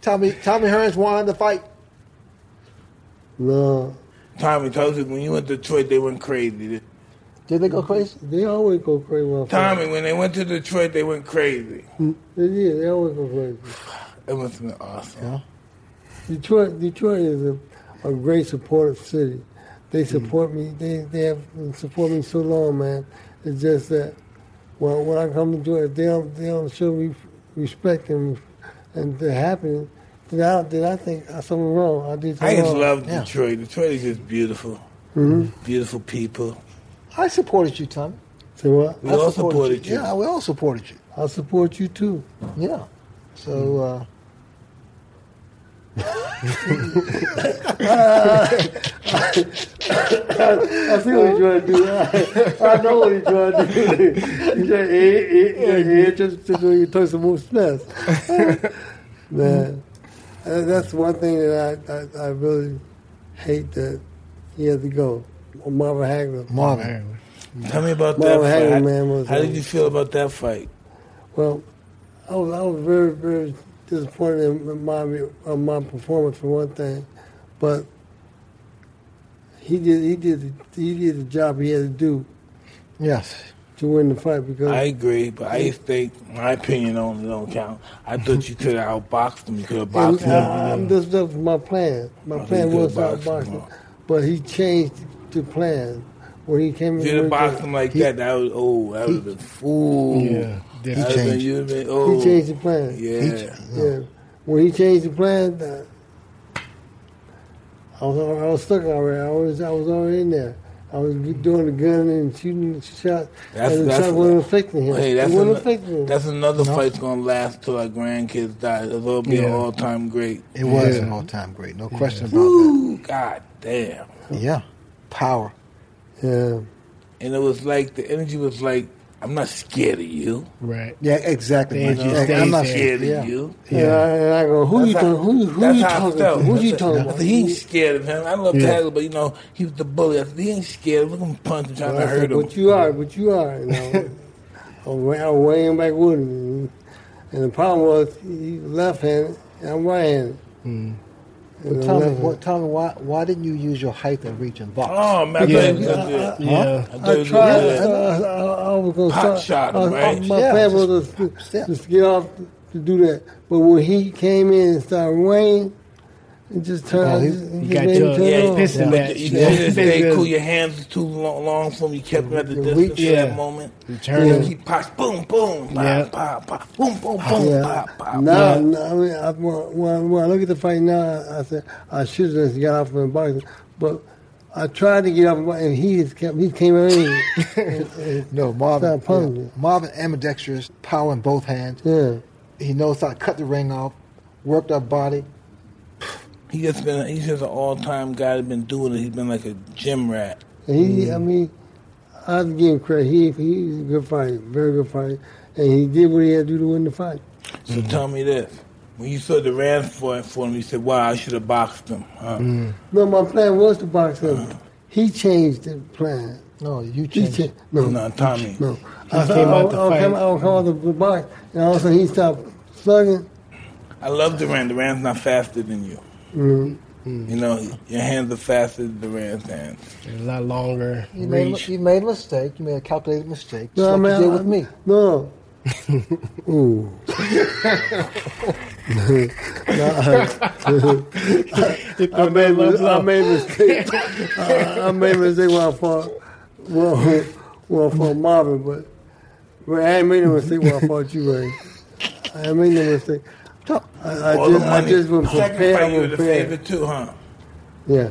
Tommy, Tommy Hearns won the fight. No, Tommy told you when you went to Detroit, they went crazy. Did they go crazy? they always go crazy. when I fight. Tommy, when they went to Detroit, they went crazy. They did. They always go crazy. It must have been awesome. Detroit, Detroit is a, a great supportive city. Hmm. They support me. They they have supported me so long, man. It's just that when, when I come to Detroit, if they don't they don't show me respect and and the happiness, then I then I think something wrong. I did I something just wrong. love Yeah. Detroit. Detroit is just beautiful. Mm-hmm. Beautiful people. I supported you, Tommy. Say what? We I all supported you. Yeah, we all supported you. I support you too. Yeah. So, uh, I see what he's trying to do. I, I know what he's trying to do. He's like, eh, eh, eh, eh, just just so you touch the most mess. Man, And that's one thing that I, I, I really hate that he had to go. Marvin Hagler. Marvin. Tell me about Well, that hey, fight. man, was uh, Mm-hmm. How did it- you feel about that fight? Well, I was, I was very, very disappointed in my, in my performance for one thing, but he did he did he did the job he had to do Yes. to win the fight because I agree, but I think my opinion only don't count. I thought you could have outboxed him. You could have It was- boxed I- him. I'm- This that was my plan. My Oh, plan he could've was to boxed box him, him, huh? but he changed the plan when he came If in. you'd have with boxed the- him like that, that would oh, that would have been fool. Yeah, That different. would've been- changed. you'd've been, He oh, changed the plan. Yeah. Yeah. When he changed the plan, uh, I was al- I was stuck already. I was I was already in there. I was doing the gun and shooting the shot, That's- and the that's- shot wasn't affecting him. Hey, it that's, wasn't ano- affecting him. that's another fight's gonna last till our grandkids die. It'll be an Yeah. all time great. It was Yeah. an all time great. No question about Woo, God damn! that. Yeah. Power. yeah. And it was like the energy was like, I'm not scared of you. Right. Yeah, exactly. They Mike. just Yeah, stayed I'm not there. Scared scared. of Yeah. you. And, I, and I go, who you That's how- talking? Who, who that's you how I talking felt. to? Who you That's- talking I about? said, He ain't scared of him. I love Yeah. Tyler, but you know he was the bully. I said, he ain't scared. Look at him punch him, trying I to said, hurt him. But you are, but you are. You know, I'm, wa- I'm weighing back with him. And the problem was he left-handed and I'm right-handed. Hmm. And But I'm Tommy, left-handed. what, Tommy why, why didn't you use your height and reach and box? Oh man, I Yeah. thought he was gonna do that. Yeah. I thought he I was gonna do tried. uh, that. I, I, I was gonna Pot start- shot him, I- I- right? My Yeah, plan just was to, step. just get off to do that. But when he came in and started weighing, it just Oh, turned. he- it just- it You just got made me your turn Yeah, on. pistol but match. You Yeah. should have stayed Yeah. cool. Your hands were too long, long for him. You kept him at the The distance reach, for that yeah. moment. You turn him. He pops, boom, boom, pop, Yeah. pop, pop, boom, boom, boom, Yeah. pop, pop. No, no, I mean, I, when, when- when I look at the fight now, I said I should have just got off and boxing, but I tried to get off, and he just kept, he came in. No, Marvin. Stop punching yeah. it. Marvin ambidextrous, power in both hands. yeah, He knows how to cut the ring off, worked our body. He just been. He's just an all-time guy. That's been doing it. He's been like a gym rat. and he, I mean, I have to give him credit. He, he's a good fighter, very good fighter, and he did what he had to do to win the fight. So tell me this: when you saw the Rand fight for him, you said, "Wow, I should have boxed him." Huh? No, my plan was to box him. He changed the plan. No, you He changed. changed. No, No, Tommy. No. I, Uh-huh. came I, out to Oh, I, I, come, fight. I would come out the box, and all of a sudden he stopped slugging. I love Durant. Durant's not faster than you. You know, your hands are faster than Durant's hands. A lot longer You made, a- reach. you made a mistake. You made a calculated mistake, just No, like man, you did I- with me. No, I made, I made a mistake. I, I made a mistake when I fought, well, when I fought Marvin, but Ray, I ain't made no mistake when I fought you, Ray. I ain't made no mistake. I, I All the just, I money. just was Second prepared. fight, you I were was the prepared. favorite too, huh? Yeah.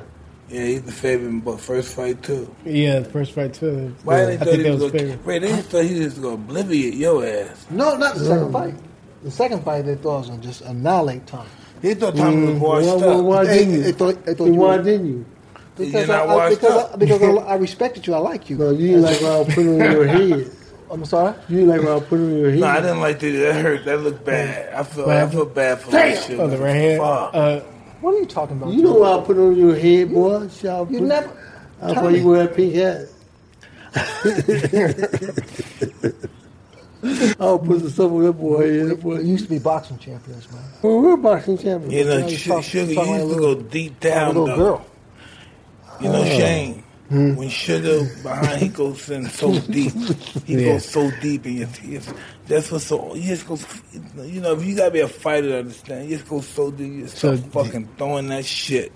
Yeah, he's the favorite, but first fight too. Yeah, the first fight too. Why Yeah, they I thought think he that was was gonna, favorite. Ray, they thought he was gonna obliviate your ass. No, not the second fight. The second fight, they thought was gonna just annihilate Tommy. They thought Tommy was washed Why, why, up. why They- didn't you? they thought- they thought Then you why were- didn't you? Because, not I, I, washed because, up. I, because I, I respected you, I like you. Oh, No, you ain't like what I put on your head. I'm sorry. You ain't like what I put on your head. no, I didn't like that. That hurt. That looked bad. I feel. What I happened? feel bad for that shit. Oh, the right hand. Fuck. Uh, What are you talking about? you know what I put on your head, boy? Shit, I You put- never. I Tell thought me. you wear a pink hat. I'll put the stuff on that boy. Yeah, that boy. We used to be boxing champions, man. Well, we're boxing champions. you know, you Sh- talk- sugar. you You talk like used a to little- go deep I'm a down, little though. girl. You know, Shane. When sugar behind, he goes in so deep. He Yeah. goes so deep in your tears. That's what's so. You just go. You know, if you gotta be a fighter to understand, you just go so deep. You just So- start fucking throwing that shit.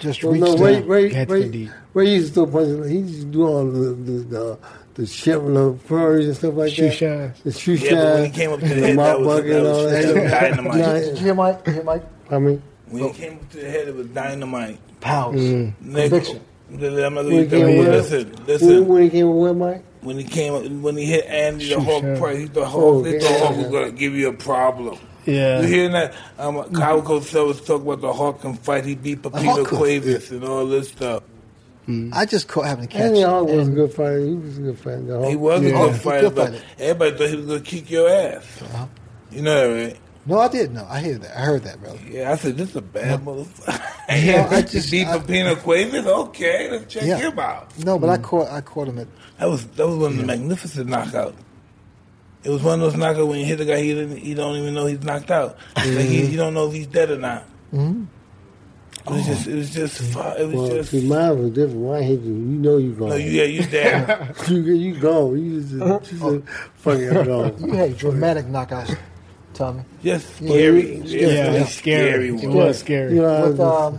Just No, reach no, down. Ray, Ray, That's Ray, indeed. Ray used to throw punches. He used to do all the the, the, the shit with the furries and stuff like Shoe that. shines. The shoe Yeah, but when he shine. came up to the The head, that mouth was, bucket that and all was, that was that. dynamite. Did you hear my, hear my I mean, When he came to the head, it was dynamite. pals? Mm. Nigga, Conviction. I'm not When going he came to with- listen. when, Listen, when he came with Wet Mike, when he came, up- when he hit Andy the Shoot, Hawk sure. price, he thought Hawk, they yeah, thought Hawk was yeah. going to give you a problem. You yeah. hearing that? Um, Kyle Cosell was talking about the Hawk and fight. He beat Pepito Hawk- Cuevas and all this stuff. I just caught having to catch. Andy Hall it. was a good fighter. He was a good fighter. The Hawk. He was Yeah. a good He's a fighter, good but fighter. everybody thought he was going to kick your ass. You know that, right? No, I did. No, I hear that. I heard that, brother. Yeah, I said this is a bad motherfucker. No, I yeah, just- beat I- Pepino Cuevas. Okay, let's check Yeah. him out. No, but I Mm. caught. I caught him at. That was that was one of the magnificent knockouts. It was one of those knockouts when you hit the guy, he didn't, he don't even know he's knocked out. Like he, Mm-hmm. you don't know if he's dead or not. It was just, it was just, Oh. fu- it was Well, just. see, mine was different. When I hit you, you know you gone. no, you, yeah, you dead. You you go. You just, Uh-huh. you just fucking go. You had dramatic knockouts, Tommy. just scary. Yeah, Just Yeah, a it was scary. It one. was scary. You know, I With was um,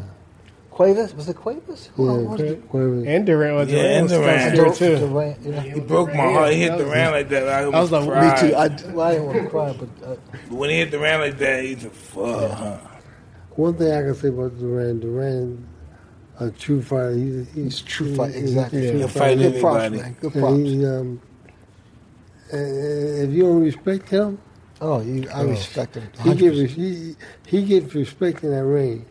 Cuevas, was it Cuevas? Who just, was Uh, yeah, it? whatever. And Durant was Yeah, and Durant was Durant. scary Dur- too. Durant, yeah. He broke my heart. He hit That the was- round like that. I, almost was like, me cried. Me too. I, well, I didn't want to cry, but uh, when he hit the round like that, he said, "Fuck." Huh? One thing I can say about Duran, Duran, a true fighter. He's, he's, He's a true fighter, exactly. he's a Yeah. true He'll fight fighter. good props, anybody. man. Good And props. he, um, and if you don't respect him, Oh, you, I respect him. he 100%. gives he, he gets respect in that ring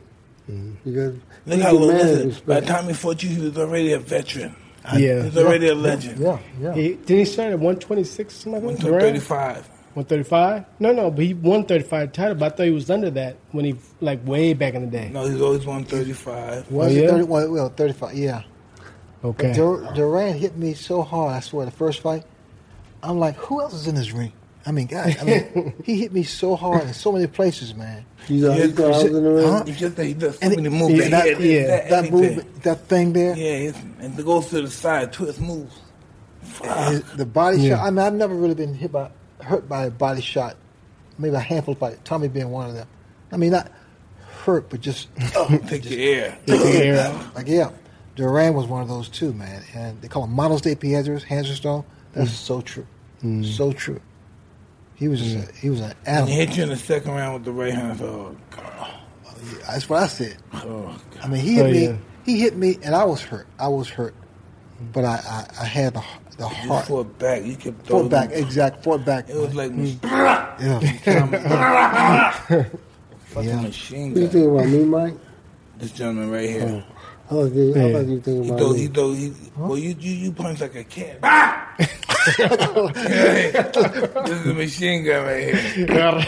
Mm-hmm. because Look he how long. demands Listen, by the respect. time he fought you, he was already a veteran. He Yeah. was already a legend. yeah, yeah. He, did he start at 126 something like Went that? to Durant? 35. 135? No, no, but he won 35 title, but I thought he was under that when he, like, way back in the day. No, he's always 135. Was Oh, it yeah? 30, well, well, 35, yeah. Okay. Dur- Durant hit me so hard, I swear, the first fight. I'm like, who else is in this ring? I mean, God, I mean, he hit me so hard in so many places, man. He's a, Yeah, he's a house in the ring. huh? It's just that he does so And many it- moves. yeah, that, he yeah, that, That movement, that thing there, Yeah, it's, and it goes to the side, twist moves. his- the body Yeah. shot. I mean, I've never really been hit by, hurt by a body shot. Maybe a handful of fights, Tommy being one of them. I mean, not hurt, but just, Take your air. Yeah. like, yeah. Durant was one of those too, man. And they call him Manos de Piedras, hands and stone. That's Mm. so true. So true. He was just Mm. a, he was an And he animal. hit you in the second round with the right hand. Oh, God. That's what I said. Oh, I God. mean, he hit Oh, me. yeah. He hit me, and I was hurt. I was hurt, but I, I, I had the, the You heart. Fought, fought back. You kept throwing. back, It exact. Fought back. was like yeah, fucking Yeah. machine What you gun. think about me, Mike? This gentleman right here. I thought you, I Yeah. thought you were thinking He about throw, me. he throw, he, well, you, you, you punch like a cat. Ah! this is a machine gun right here.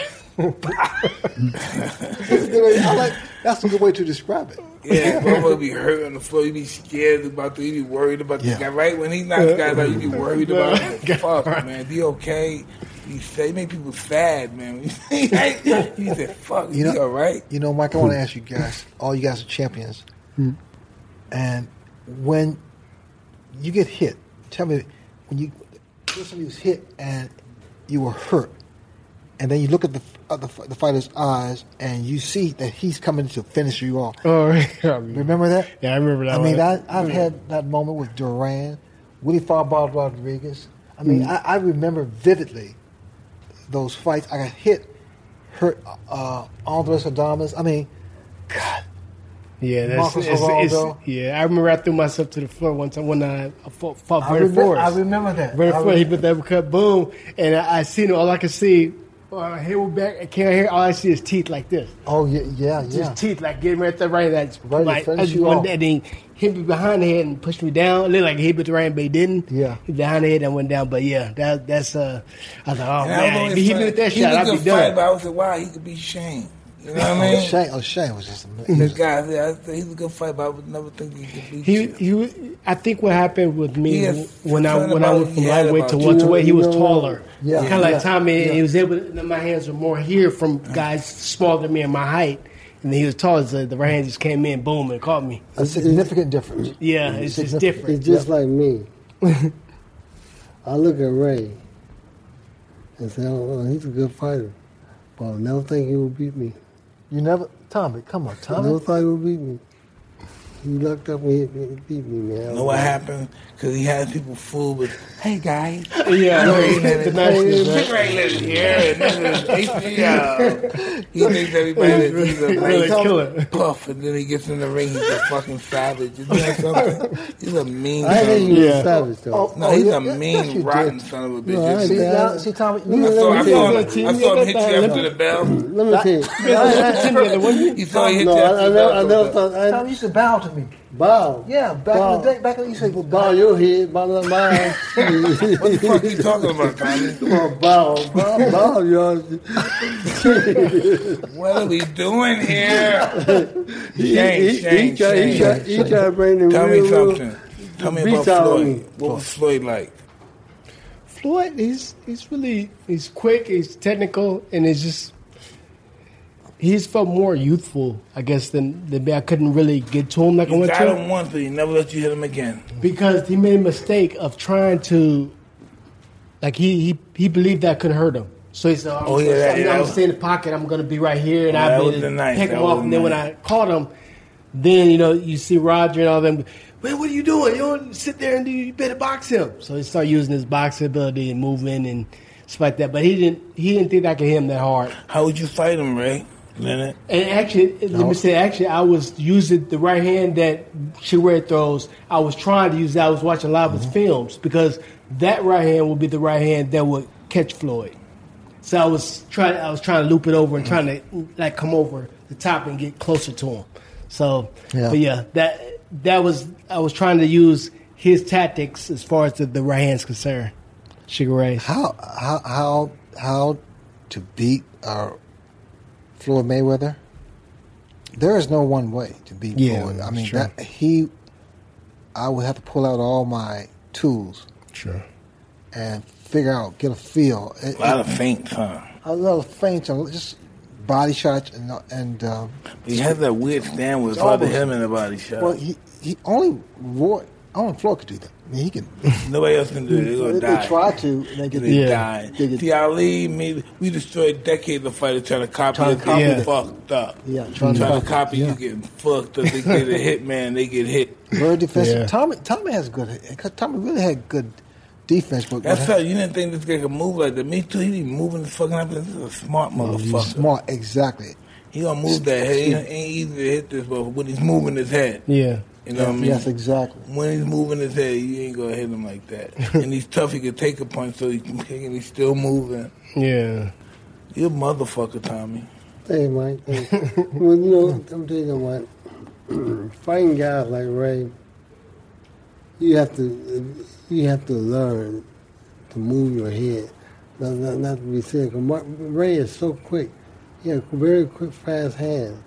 I like. That's a good way to describe it. Yeah, motherfucker be hurt on the floor. You be scared about the, you be worried about the Yeah. guy. Right when he knocks guys out, you be worried about him. Fuck, man, be okay. You say you make people sad, man. You said, fuck, you You know- all right? You know, Mike, I want to ask you guys. All you guys are champions. And when you get hit, tell me when you when somebody was hit and you were hurt, and then you look at the at the, the fighter's eyes and you see that he's coming to finish you off. All right. Remember that? Oh. Yeah, I remember that I mean, I, one. I've had that moment with Duran, Willie Farbar Rodriguez. I mean, Mm. I, I remember vividly those fights. I got hit, hurt uh, Andres Adamas. I mean, Yeah, that's Marcus it's, it's, Araldo. yeah. I remember I threw myself to the floor one time when I fought, fought I, Vernon remem- Forrest. I remember that. Vernon I Forrest, he remember- put the uppercut, boom, and I, I seen it. All I could see, uh, here we're back. I can't hear. All I see is teeth like this, oh, yeah, yeah, just yeah. teeth like getting right there, right that. Right, it like, I finished just you wanted off. that thing. Hit me behind the head and pushed me down. It looked like he hit me with the right, but he didn't. Yeah. Hit behind the head and went down. But yeah, that that's uh, I was like, And oh I was man, if always he hit fight- me with that he shot, was a I'd good be fighter, done. but I was like, wow, he could be Shane. You know what I Oh, mean? Shane, oh, Shane was just amazing. This guy, I said, he's a good fighter, but I would never think he could beat He, you. he, I think what happened with me Yes. when I when I went from Yeah, lightweight to about you. welterweight, he was Yeah. taller. Yeah. kind of like Yeah. Tommy. and He was able. To, my hands were more here from guys smaller than me and my height, and then he was taller. So the right hand just came in, boom, and caught me. A significant difference. Yeah, it's just Significant. different. It's just like me. I look at Ray and say, oh, oh, he's a good fighter. But I never think he will beat me. You never, Tommy, come on, I never Tommy. thought he would beat me. He locked up and hit me, beat me, man. You know what happened? Because he had people fooled with, hey, guys. Yeah, Hey, the niceness, right? Right, listen here. This is HBO. He thinks everybody that he's a Really nice killer. puff, and then he gets in the ring, he's a fucking savage. You know something? He's a mean I son of think a- he was Yeah. a savage, though. Oh, No, he's yeah, a yes, yes, you mean, did. rotten son of a No, I bitch. You ain't See, see? Yeah. now, see, Tommy, you I never saw, I did. saw, Let me him, I tell you. saw him hit you after the bell. Let me tell you. I, You saw him hit I, you no, I, I after the never, bell. I never thought. I, Tommy used to bow to me. bow. Yeah, back bow. in the day, back in the, you say, well, Bow bow. your head, bow not mine. What the fuck you talking about, Tommy? Come on, bow, bow, bow, y'all. What are we doing here? He, Shane, he, Shane, he, try, he, Shane. try, he try to bring the Tell real, me real- something. Tell me Beat about down on Floyd. me. What was Floyd like? Floyd, he's he's really he's quick, he's technical, and it's just he's felt more youthful, I guess, than than me. I couldn't really get to him like I You went got to him once, but he never let you hit him again. because he made a mistake of trying to, like he he, he believed that could hurt him. So he said, "Oh, I'm, Oh, yeah, gonna- that- I'm, yeah, I'm that was- staying in the pocket. I'm going to be right here, and Oh, that I'll be was able the to night. pick That him was off." the And then when I night. caught him, then you know you see Roger and all them. Man, what are you doing? You don't sit there and do, you better box him. So he started using his boxing ability and moving and stuff like that. But he didn't he didn't think I could hit him that hard. How would you fight him, Ray? Leonard? And actually, let me say, actually, I was using the right hand that Shiret throws. I was trying to use that. I was watching a lot of Mm-hmm. his films because that right hand would be the right hand that would catch Floyd. So I was trying, I was trying to loop it over and trying to like come over the top and get closer to him. So, Yeah. but yeah, that that was I was trying to use his tactics as far as the, the right hand's concerned. Shigeru. How, how, how, how to beat uh, Floyd Mayweather? There is no one way to beat Yeah, Floyd. I that's mean, true. that, he, I would have to pull out all my tools Sure. and figure out, get a feel. It- A lot of feints, huh? a little faint, so just body shots and and um, He has that weird stand where it's hard to hit him in the body shot. well, he he only Roy, only Floyd could do that. I mean, he can. Nobody else can do it. They're they, gonna they die. try to, and they get They Yeah. die. They get- See, Ali, E, me, we destroyed decades of fighters trying to copy Trying us. to copy They them. fucked up. Yeah, trying, trying to to copy, copy yeah. you getting fucked up. They get a hit man, they get hit. very defensive. Yeah. Tommy Tommy has good. Tommy really had good defense, but That's how you didn't think this guy could move like that. Me too. He be moving the fucking up. This is a smart he's motherfucker. smart exactly. He gonna move that head. He ain't easy to hit this motherfucker when he's moving his head. Yeah. You know what I mean? Yes, exactly. When he's moving his head, you ain't gonna hit him like that. and he's tough. He can take a punch, so he can kick, and he's still moving. Yeah. You a motherfucker, Tommy. Hey, Mike. Hey. well, you know, I'm telling you what. Fighting guys like Ray, you have to you have to learn to move your head. Not, not, not to be silly. 'cause Mark- Ray is so quick. He has very quick, fast hands.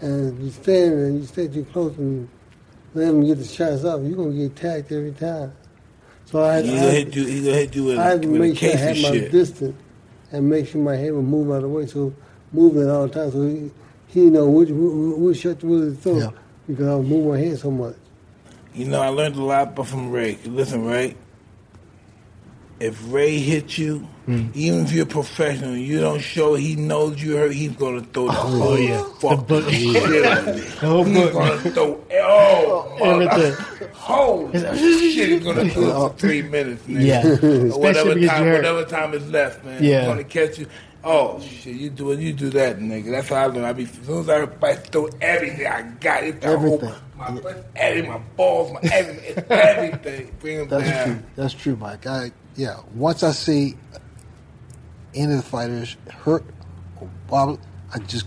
And if you stand there and you stay too close and let him get the shots up, you're gonna get tagged every time. So I, He I, gonna hit you. He gonna hit you with, I a had to with a make sure I case of had my shit. distance and make sure my head would move out of the way. So moving all the time, so he, he know which which, which shot to really throw Yeah. because I was moving my head so much. You know, I learned a lot, but from Ray. Listen, Ray. if Ray hits you, Hmm. even if you're professional, you don't show he knows you hurt, he's gonna throw the Oh, whole yeah. fucking The book. shit on you. whole he's book. gonna throw oh, Everything. Holy shit, he's gonna throw it for three minutes, nigga. Yeah. Or whatever because you time, hurt. whatever time is left, man. Yeah. He's gonna catch you. Oh shit, you do it, you do that, nigga. That's how I learn. I be as soon as I I throw everything I got, it Everything. my everything, my balls, my everything, it's everything. Bring him That's down. true. That's true, Mike. I yeah. Once I see any of the fighters hurt or wobble, I just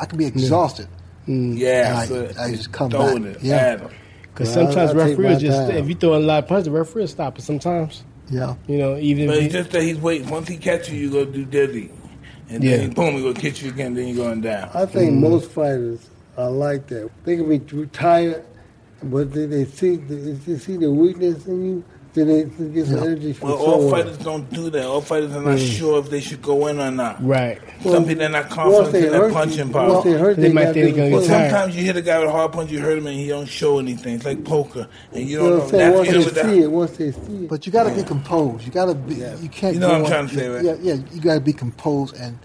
I can be exhausted. Yeah, And I- so I just come throwing back. It Yeah. at 'em. Because Well, I- sometimes I take referees my just, time. if you throw a lot of punches, the referees stop it sometimes. Yeah. You know, even But if you, Mm-hmm. it's just that he's waiting. Once he catches you, you go do dizzy, and Yeah. then boom, he gonna catch you again. Then you're going down. I think most fighters are like that. They can be too tired, but they, they see they, they see the weakness in you. Then they, they get some energy from well, all somewhere. fighters don't do that. All fighters are not sure if they should go in or not. right. Well, Some people are not once confident they in their hurt punching you, power. Once they hurt, They they might got think they're gonna different get tired. Sometimes you hit a guy with a hard punch, you hurt him, and he don't show anything. It's like poker, and you You know don't know. what I'm saying? That's Once you know what they see that. it, once they see it. But you got to be composed. You got to be. You can't. You know go what I'm on- trying to say, right? Yeah, yeah. You got to be composed and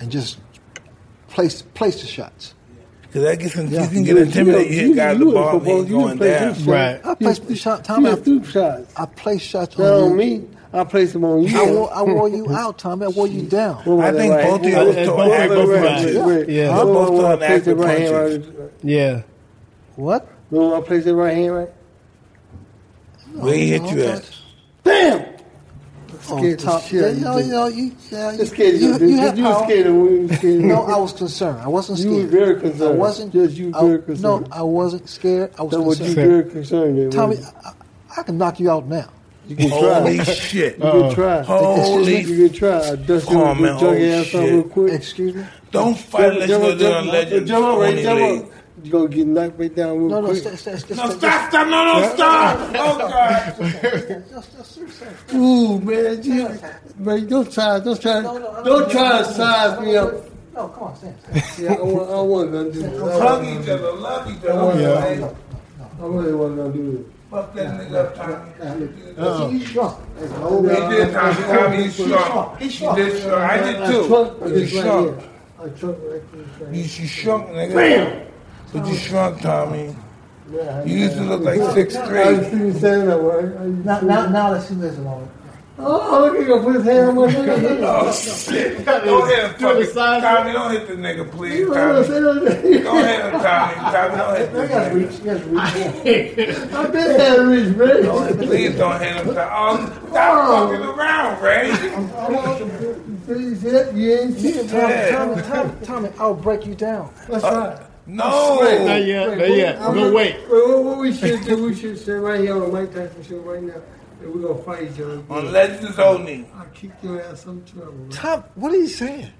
and just place place the shots. Because that gets Yeah. you can get intimidated. You hit guys the ball, and he's going down. Right. I placed the shot. Time You I, had two shots. I place shots Not on you. on me. I placed them on you. I wore, I wore you out, Tommy. I wore you down. What was I that, think right? both of I- y'all I- was both throwing of active them- punches. Yeah. Right. Yeah. Remember Both when I throwing placed the active right hand punches. right- Yeah. What? remember when I placed the right hand right? Where he hit you at? Bam! On Scared the top. shit Yeah, out you you, know, dude. you know, you, yeah, you, Just scared you, you. you dude. had You were power. scared of women. scared of- No, I was concerned. I wasn't You scared. were very I concerned. wasn't. Yes, you were I- very concerned. No, I wasn't scared. I was That was you concerned. very concerned. there, Tommy, wasn't I, I- I can knock you out now. you can try. Holy You shit! can try. Holy You can try. I dust Come your on, man. junk Oh, ass out shit. real quick. Excuse me. Don't fight unless you go to a jump, legend. jump up, right? only Jump league. up. You gonna get knocked right down real No, no, quick. stop, stop, stop, No, stop, stop, stop, no, no, stop! Oh, God. stop, stop, stop, stop. Ooh, man, you, man, don't try, don't try, No, no, I'm- don't try to size me up. No, Oh, come on, stand. stand. Yeah, I want, I want to do this. Hug each other, love each Oh, other. Hey, I really want to do Fuck that nigga up, Tommy. He's drunk. this. Oh, I want- He did, Tommy. Tommy, he's sharp. He He's sharp. did sharp. I I did too. trunk But you this right shrunk. here. I trunk right this right You here. you shrunk, nigga. But you shrunk, Tommy. Yeah, You used to look like six I- I was three. thinking standing up, right? I used Now, to- now, now let's see this a moment. Oh, look, he gonna put his hand on my head. Oh shit! Don't hit him, Through the fucking- side. Tommy. Don't hit the nigga, please, He gonna say Tommy. that. Don't hit him, Tommy. Tommy, don't hit You this guys nigga. reach. You guys reach. I been had reach, man. Please don't hit him. Tom. Oh, stop fucking around, Ray. You see that? You ain't see it, man. Yeah. Tommy, Tommy, Tommy, Tommy, I'll break you down. Let's try. No. Not yet. Not yet. I'm We're going gonna- to wait. What, what we should do, we should sit right here on the Mike Tyson show right now, and we're gonna fight each other. again. On Legends Only. I'll kick your ass some trouble. man. Tom, what are you saying?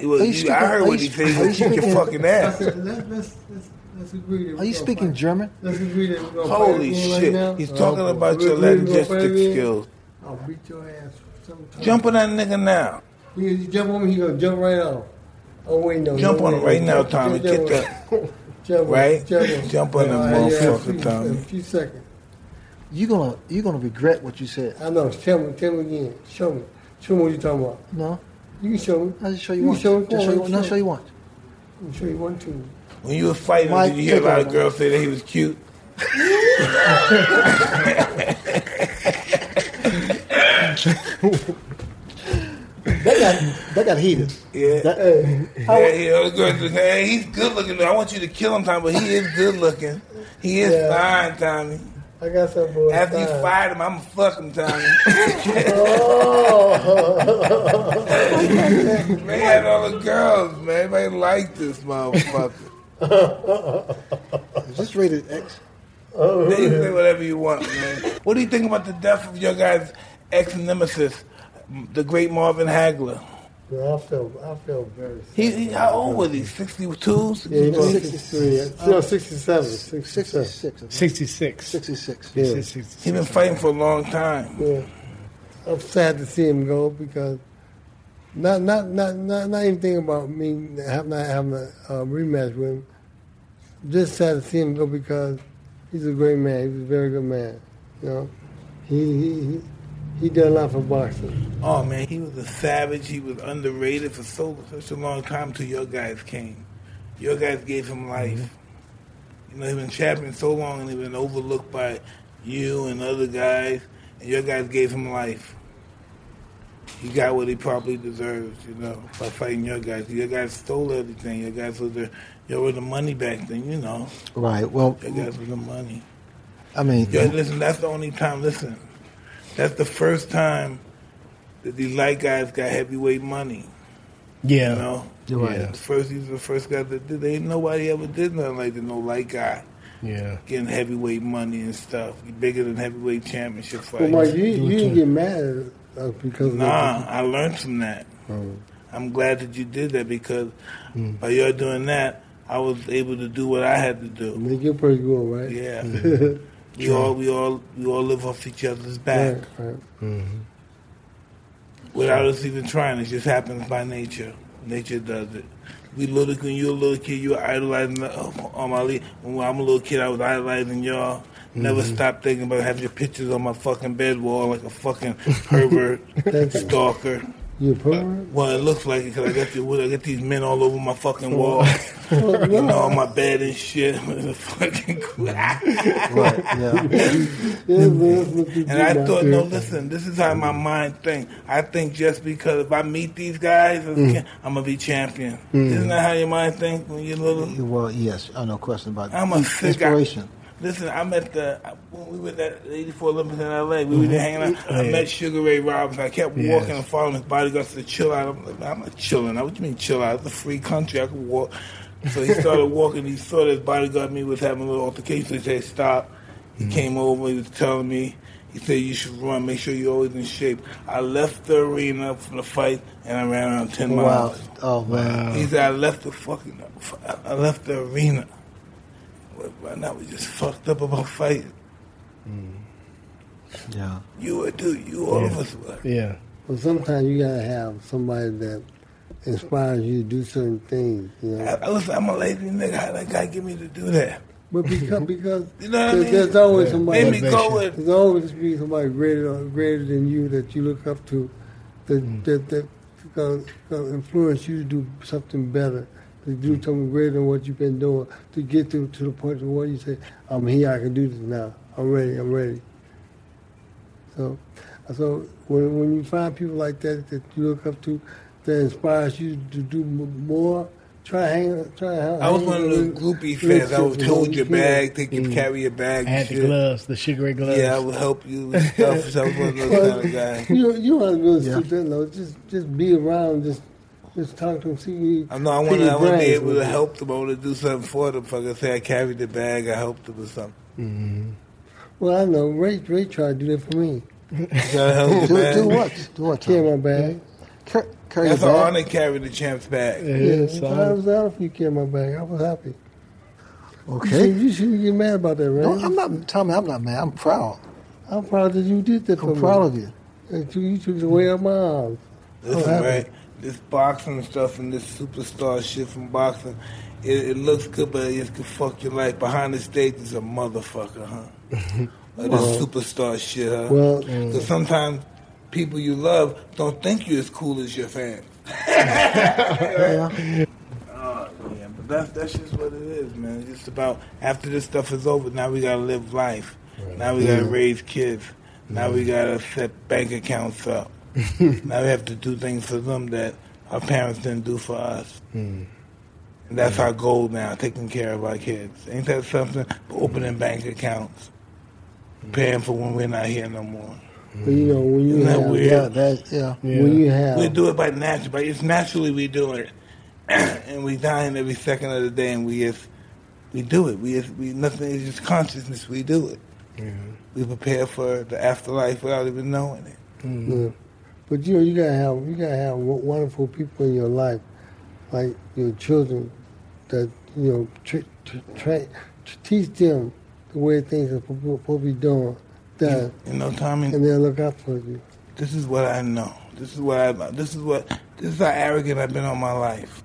It was, Are you I speaking- heard are what he you said. spe- are you He said, "Kick your speaking- fucking I ass. said, let's, let's, let's, let's agree that we're Are you gonna speaking fight. German? Let's agree that we're gonna Holy fight again right shit. now. He's talking Okay. about We're your agreeing we're gonna fight logistic again. skills. I'll beat your ass sometime. Jump on that nigga now. You, you jump on me, he gonna jump right off. Oh wait, no. Jump no, on no, him right now, jump- Tommy. Get jump- that. Jump on- Right? Jump on, Jump on him, All right, Uh, yeah, motherfucker, a few- Tommy. A few seconds. You gonna you gonna regret what you said. I know. Tell me, tell me again. Show me. Show me what you're talking about. No, You can show me. I'll just show you, You once. show it, Just show you, show it, no, show show it. you once. I'm sure you want to. When you was fighting, Mike, did you hear a lot of take girls say that he was cute? That got that got heated. Yeah. That- Yeah, yeah. Those girls would say, hey, he's good looking. I want you to kill him, Tommy, but he is good looking. He is Yeah. fine, Tommy. I got something for After you Uh, Fine. fired him, I'm going to fuck him, Tommy. they had all the girls, man. Everybody liked this motherfucker. is this rated X? They can say whatever you want, man. What do you think about the death of your guy's ex nemesis, the great Marvin Hagler? Well, I felt, I felt very sad. He, he how old was he? 62? Yeah, he was 63. 63. No, 67. 66. 67. 66. 66. Yeah. 66. He's been fighting for a long time. Yeah. I'm sad to see him go because not not not not, not even thinking about me have not having a uh, rematch with him. Just sad to see him go because he's a great man. He's a very good man. You know, he he he, He did a lot for boxing. Oh man, he was a savage. He was underrated for so such a long time till your guys came. Your guys gave him life. Mm-hmm. You know, he's been champion so long and he's been overlooked by you and other guys, and your guys gave him life. He got what he probably deserves, you know, by fighting your guys. Your guys stole everything. Your guys were the, you were the money back then, you know. Right. Well, Mm-hmm. Your guys were the money. I mean, Yo, listen, that's the only time. Listen, that's the first time that these light guys got heavyweight money. Yeah. You know, You're right. The first these were the first guys that did. They ain't nobody ever did nothing like that. No light guy Yeah. getting heavyweight money and stuff. Bigger than heavyweight championship But fights. Mike, you, you didn't get mad uh, because of Nah, I learned from that. Oh. I'm glad that you did that because Hmm. by your doing that, I was able to do what I had to that. do. Make your purse go, right? Yeah. We all we all we all live off each other's back. Right, right. without us even trying. It just happens by nature. Nature does it. We little when you're a little kid, you're idolizing oh, on my lead. When I'm a little kid, I was idolizing y'all. Never stopped thinking about having your pictures on my fucking bed wall like a fucking pervert stalker. You a pervert? Well, it looks like it because I got the, I got these men all over my fucking wall, you know, on my bed and shit. fucking right, yeah. Yeah, man, that's what you And I do thought, now. no, listen, this is how my mind think. I think just because if I meet these guys, I'm gonna be champion. Isn't that how your mind think when you're little? Well, yes, I no question about that. I'm a sick guy. Inspiration. Listen, I met the when we were at the '84 Olympics in LA. We were there hanging out. I met Sugar Ray Robinson. I kept walking and following his bodyguards to chill out. I'm like, I'm not chilling out. What you mean chill out? It's a free country. I can walk. So he started walking. He saw that his bodyguard and me was having a little altercation. He said, "Stop." He came over. He was telling me. He said, "You should run. Make sure you're always in shape." I left the arena for the fight, and I ran around ten Wow. miles. Oh man. He said, I left the fucking, I left the arena. But Right now we just fucked up about fighting. Yeah. You were too, you all of us were. Yeah. But sometimes you gotta have somebody that inspires you to do certain things, you I, know. I was, I'm a lazy nigga, how that guy get me to do that? But because because You know what I there- mean? there's always somebody Made me go with, there's always be somebody greater greater than you that you look up to that that that gonna, gonna influence you to do something better, to do something greater than what you've been doing, to get to to the point where you say, I'm here, I can do this now. I'm ready, I'm ready. So, so when, when you find people like that that you look up to, that inspires you to do m- more, try hang, try. hang- I was hang one of those with- groupie with fans. I was people told who your you know. bag, they could carry your bag Mm. I had and the shit. gloves, the sugary gloves. Yeah, I would help you with stuff. So I was one of those kind of guys. You you want to really Yeah. sit there low. Just just be around. Just just talk to them. See. I know I see want to. your I want to be brains able with to you. help them. I want to do something for them. Fucking say I carried the bag. I helped them or something. Well, I know Ray. Ray tried to do that for me. You gotta help the Do, bag. do what? Do what? Carry Tom? my bag. Cur- Carry That's your an bag? honor carrying the champ's bag. Yeah, Yeah, so- I was out if you carry my bag. I was happy. You, Okay. should, you shouldn't get mad about that, Ray. No, I'm not. Tommy, I'm not mad. I'm proud. I'm proud that you did that for I'm me. proud of you. And you, you took it away out my arms. Listen, happy. right? This boxing stuff and this superstar shit from boxing, it, it looks good, but it could fuck your life. Behind the stage is a motherfucker, huh? like this superstar shit, huh? well, Because sometimes people you love don't think you as cool as your fans. Oh, yeah, but that's that's just what it is, man. It's just about after this stuff is over, now we gotta live life. Now we gotta raise kids. Now we gotta set bank accounts up. now we have to do things for them that our parents didn't do for us. And that's our goal now, taking care of our kids. Ain't that something? Opening bank accounts, paying for when we're not here no more. but you know when you Isn't that have weird? Yeah. That. Yeah. when you have We do it by natural, but it's naturally we do it, and we dying every second of the day, and we just we do it. We just, we nothing. It's just consciousness. We do it. We prepare for the afterlife without even knowing it. Yeah. But you know, you gotta have you gotta have wo- wonderful people in your life, like your children, that you know tra- tra- tra- tra- teach them the way things are supposed to be done, that You know, Tommy. and they'll look out for you. This is what I know. This is what I. This is what. This is how arrogant I've been all my life.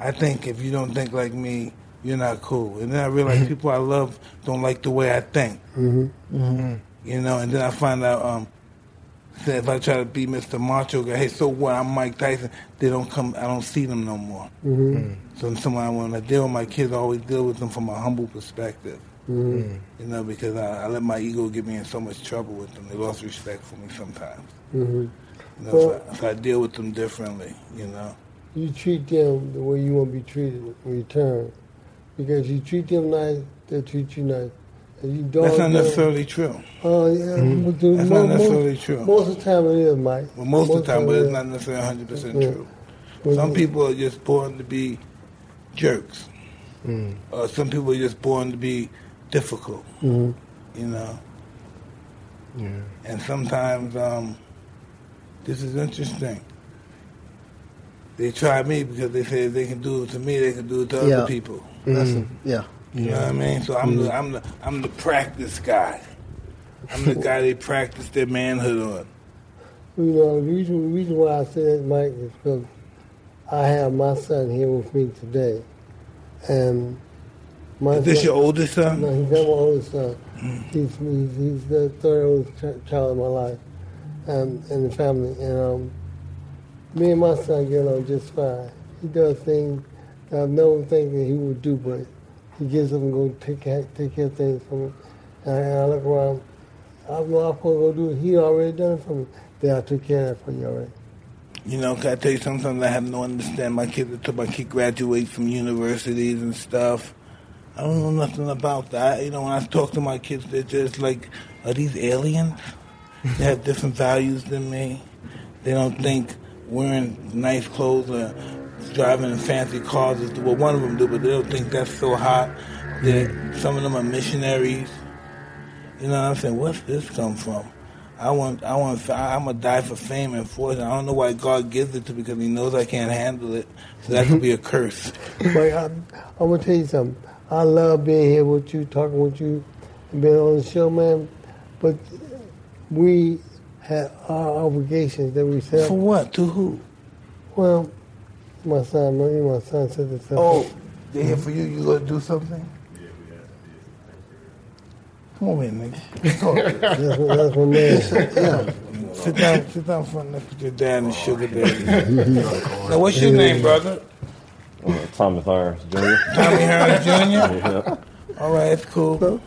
I think if you don't think like me, you're not cool. And then I realize people I love don't like the way I think. Mm-hmm. You know, and then I find out um, Said if I try to be Mr. Macho guy, hey, so what? I'm Mike Tyson. They don't come. I don't see them no more. So I'm someone when I deal with my kids, I always deal with them from a humble perspective. You know, because I, I let my ego get me in so much trouble with them. They lost respect for me sometimes. You know, so, I, so I deal with them differently. You know. you treat them the way you want to be treated in return. Because you treat them nice, they treat you nice. And you don't. That's not necessarily true. Oh, yeah. but the- That's mo- not necessarily most, true. Most of the time it is, Mike. Well, most of the time, but it it's is. not necessarily 100 percent Yeah. true. Well, Some yeah. people are just born to be jerks. Or some people are just born to be difficult. You know. And sometimes um, this is interesting. They try me because they say if they can do it to me, they can do it to Yeah. other people. That's Hmm. a, yeah. You know what I mean? So I'm the I'm the I'm the practice guy. I'm the guy they practice their manhood on. You know, the reason, the reason why I say that, Mike, is because I have my son here with me today. And my Is this son, your oldest son? No, he's not my oldest son. He's, he's, he's the third oldest ch- child in my life um, in the family. And um, me and my son get along just fine. He does things that I've never think that he would do, but he gets up and go take care, take care of things from me. And I, and I look around, I know I'm supposed to go do it. He already done it for me. Then I took care of it for you already. You know, can I tell you something? Sometimes I have no understand my kids until my kid graduates from universities and stuff. I don't know nothing about that. You know, when I talk to my kids, they're just like, are these aliens? They have different values than me. They don't think wearing nice clothes or driving in fancy cars is what one of them do, but they don't think that's so hot. That some of them are missionaries. You know what I'm saying? Where's this come from? I want, I want, I'm gonna die for fame and fortune. I don't know why God gives it to me because He knows I can't handle it. So that could be a curse. But I, I'm gonna tell you something. I love being here with you, talking with you, and being on the show, man. But we have our obligations that we set. For what? To who? Well, my son, my, my son said this. stuff. Oh, they're here for you. You gonna do something? Come on, man, nigga. Talk. that's, what- that's my man. sit down, sit down front next to your dad and sugar daddy. now, what's your name, brother? Uh, Thomas Irons Jr. Tommy Harris Jr. yeah. All right, that's cool.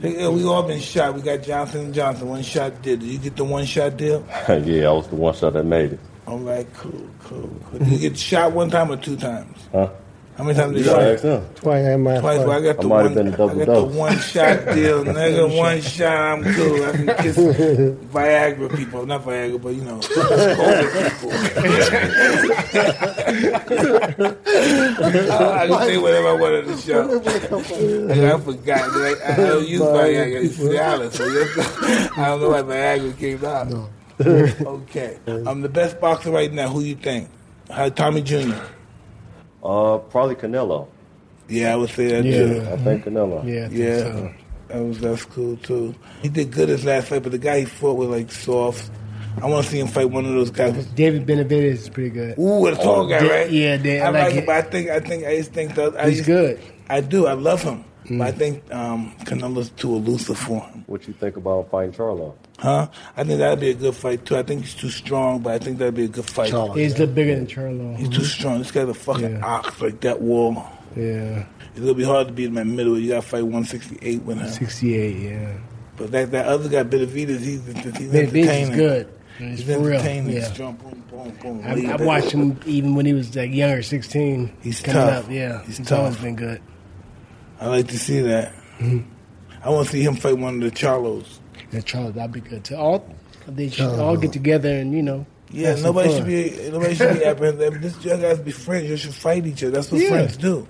Hey, We all been shot. We got Johnson and Johnson. One shot deal. Did you get the one shot deal? yeah, I was the one shot that made it. I'm like, cool, cool, cool. Did you get shot one time or two times? Huh? How many times You did gotta you ask shot? them. Twice at my Twice, but I heart. got I the might have one. been a I double got dose. the one shot deal, nigga. one shot, I'm cool. I can kiss Viagra people, not Viagra, but you know, COVID people. I can say whatever I wanted to show. Like, I forgot. Like, I don't use Viagra. It's Cialis. So yes, I don't know why Viagra came out. okay, I'm the best boxer right now. Who you think? Uh, Tommy Jr. Uh, probably Canelo. Yeah, I would say that Yeah. too. I think Canelo. Yeah. I think Yeah, so. that was that's cool too. He did good his last fight, but the guy he fought was like soft. I want to see him fight one of those guys. with- David Benavidez is pretty good. Ooh, the tall guy, Da- right? Oh, yeah, Da- I I like like him, it. but I think I think I just think that I He's just- good. Mm. I do. I love him, but I think um, Canelo's too elusive for him, What you think about fighting Charlo? huh? I think that'd be a good fight too. I think he's too strong, but I think that'd be a good fight. Charlo. He's a little bigger than Charlo. He's too strong. This guy's a fucking Mm-hmm. Yeah. ox like that wall. Yeah, It's gonna be hard to beat him at middle. You gotta fight 168 with him. sixty-eight. Yeah, But that that other guy, Benavidez, he's he's Benavidez entertaining. is good. He's He's for real. entertaining. He's Yeah, strong. Boom, boom, boom. I, Lead I it. watched him even when he was like younger, sixteen. He's coming tough. up. Yeah, He's he's, tough. always been good. I like to see that. Mm-hmm. I want to see him fight one of the Charlos. Yeah, Charlo, that'd be good too. All they should all get together and you know. Yeah, have some nobody fun. should be nobody should be apprehensive. This you guys be friends. You should fight each other. That's what Yeah. friends do.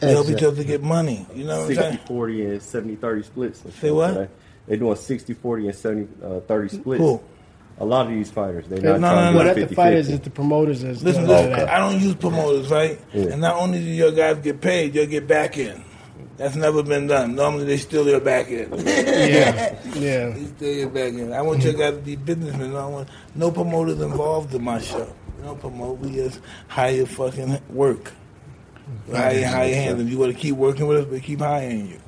They help each other get money. You know what I'm 60 saying? 40 and 70 30 splits. and Say stuff what? today. They doing 60 40 and 70 uh, 30 splits. Who? A lot of these fighters, they No, not no, trying no, to no. Well, do not the 50 fighters, 50. it's the promoters. That's Listen, doing all listen, that. I don't use promoters, right? Yeah. And not only do your guys get paid, you'll get back in. That's never been done. Normally they steal your back end. yeah, yeah. He's still your back end. I want you guys to be businessmen. I don't want no promoters involved in my show. We don't promote. We just hire fucking work. We hire, hire hands. If you want to keep working with us, we keep hiring you.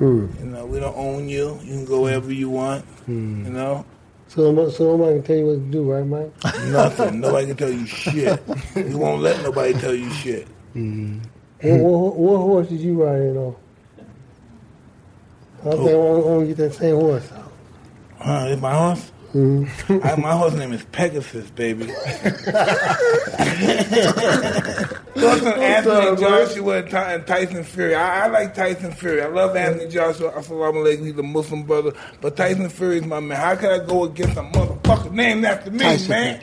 You know, we don't own you. You can go wherever you want. You know, So, no- so nobody can tell you what to do, right, Mike? Nothing. nobody can tell you shit. You won't let nobody tell you shit. what, what, what horse did you ride in on? I think I want to get that same horse. Huh, is my horse? Mm-hmm. I, my horse name is Pegasus, baby. Wasn't Anthony Joshua and Ty- and Tyson Fury. I, I like Tyson Fury. I love Anthony Joshua. Assalamu alaikum. He's a Muslim brother. But Tyson Fury is my man. How could I go against a motherfucker named after me, Tyson man?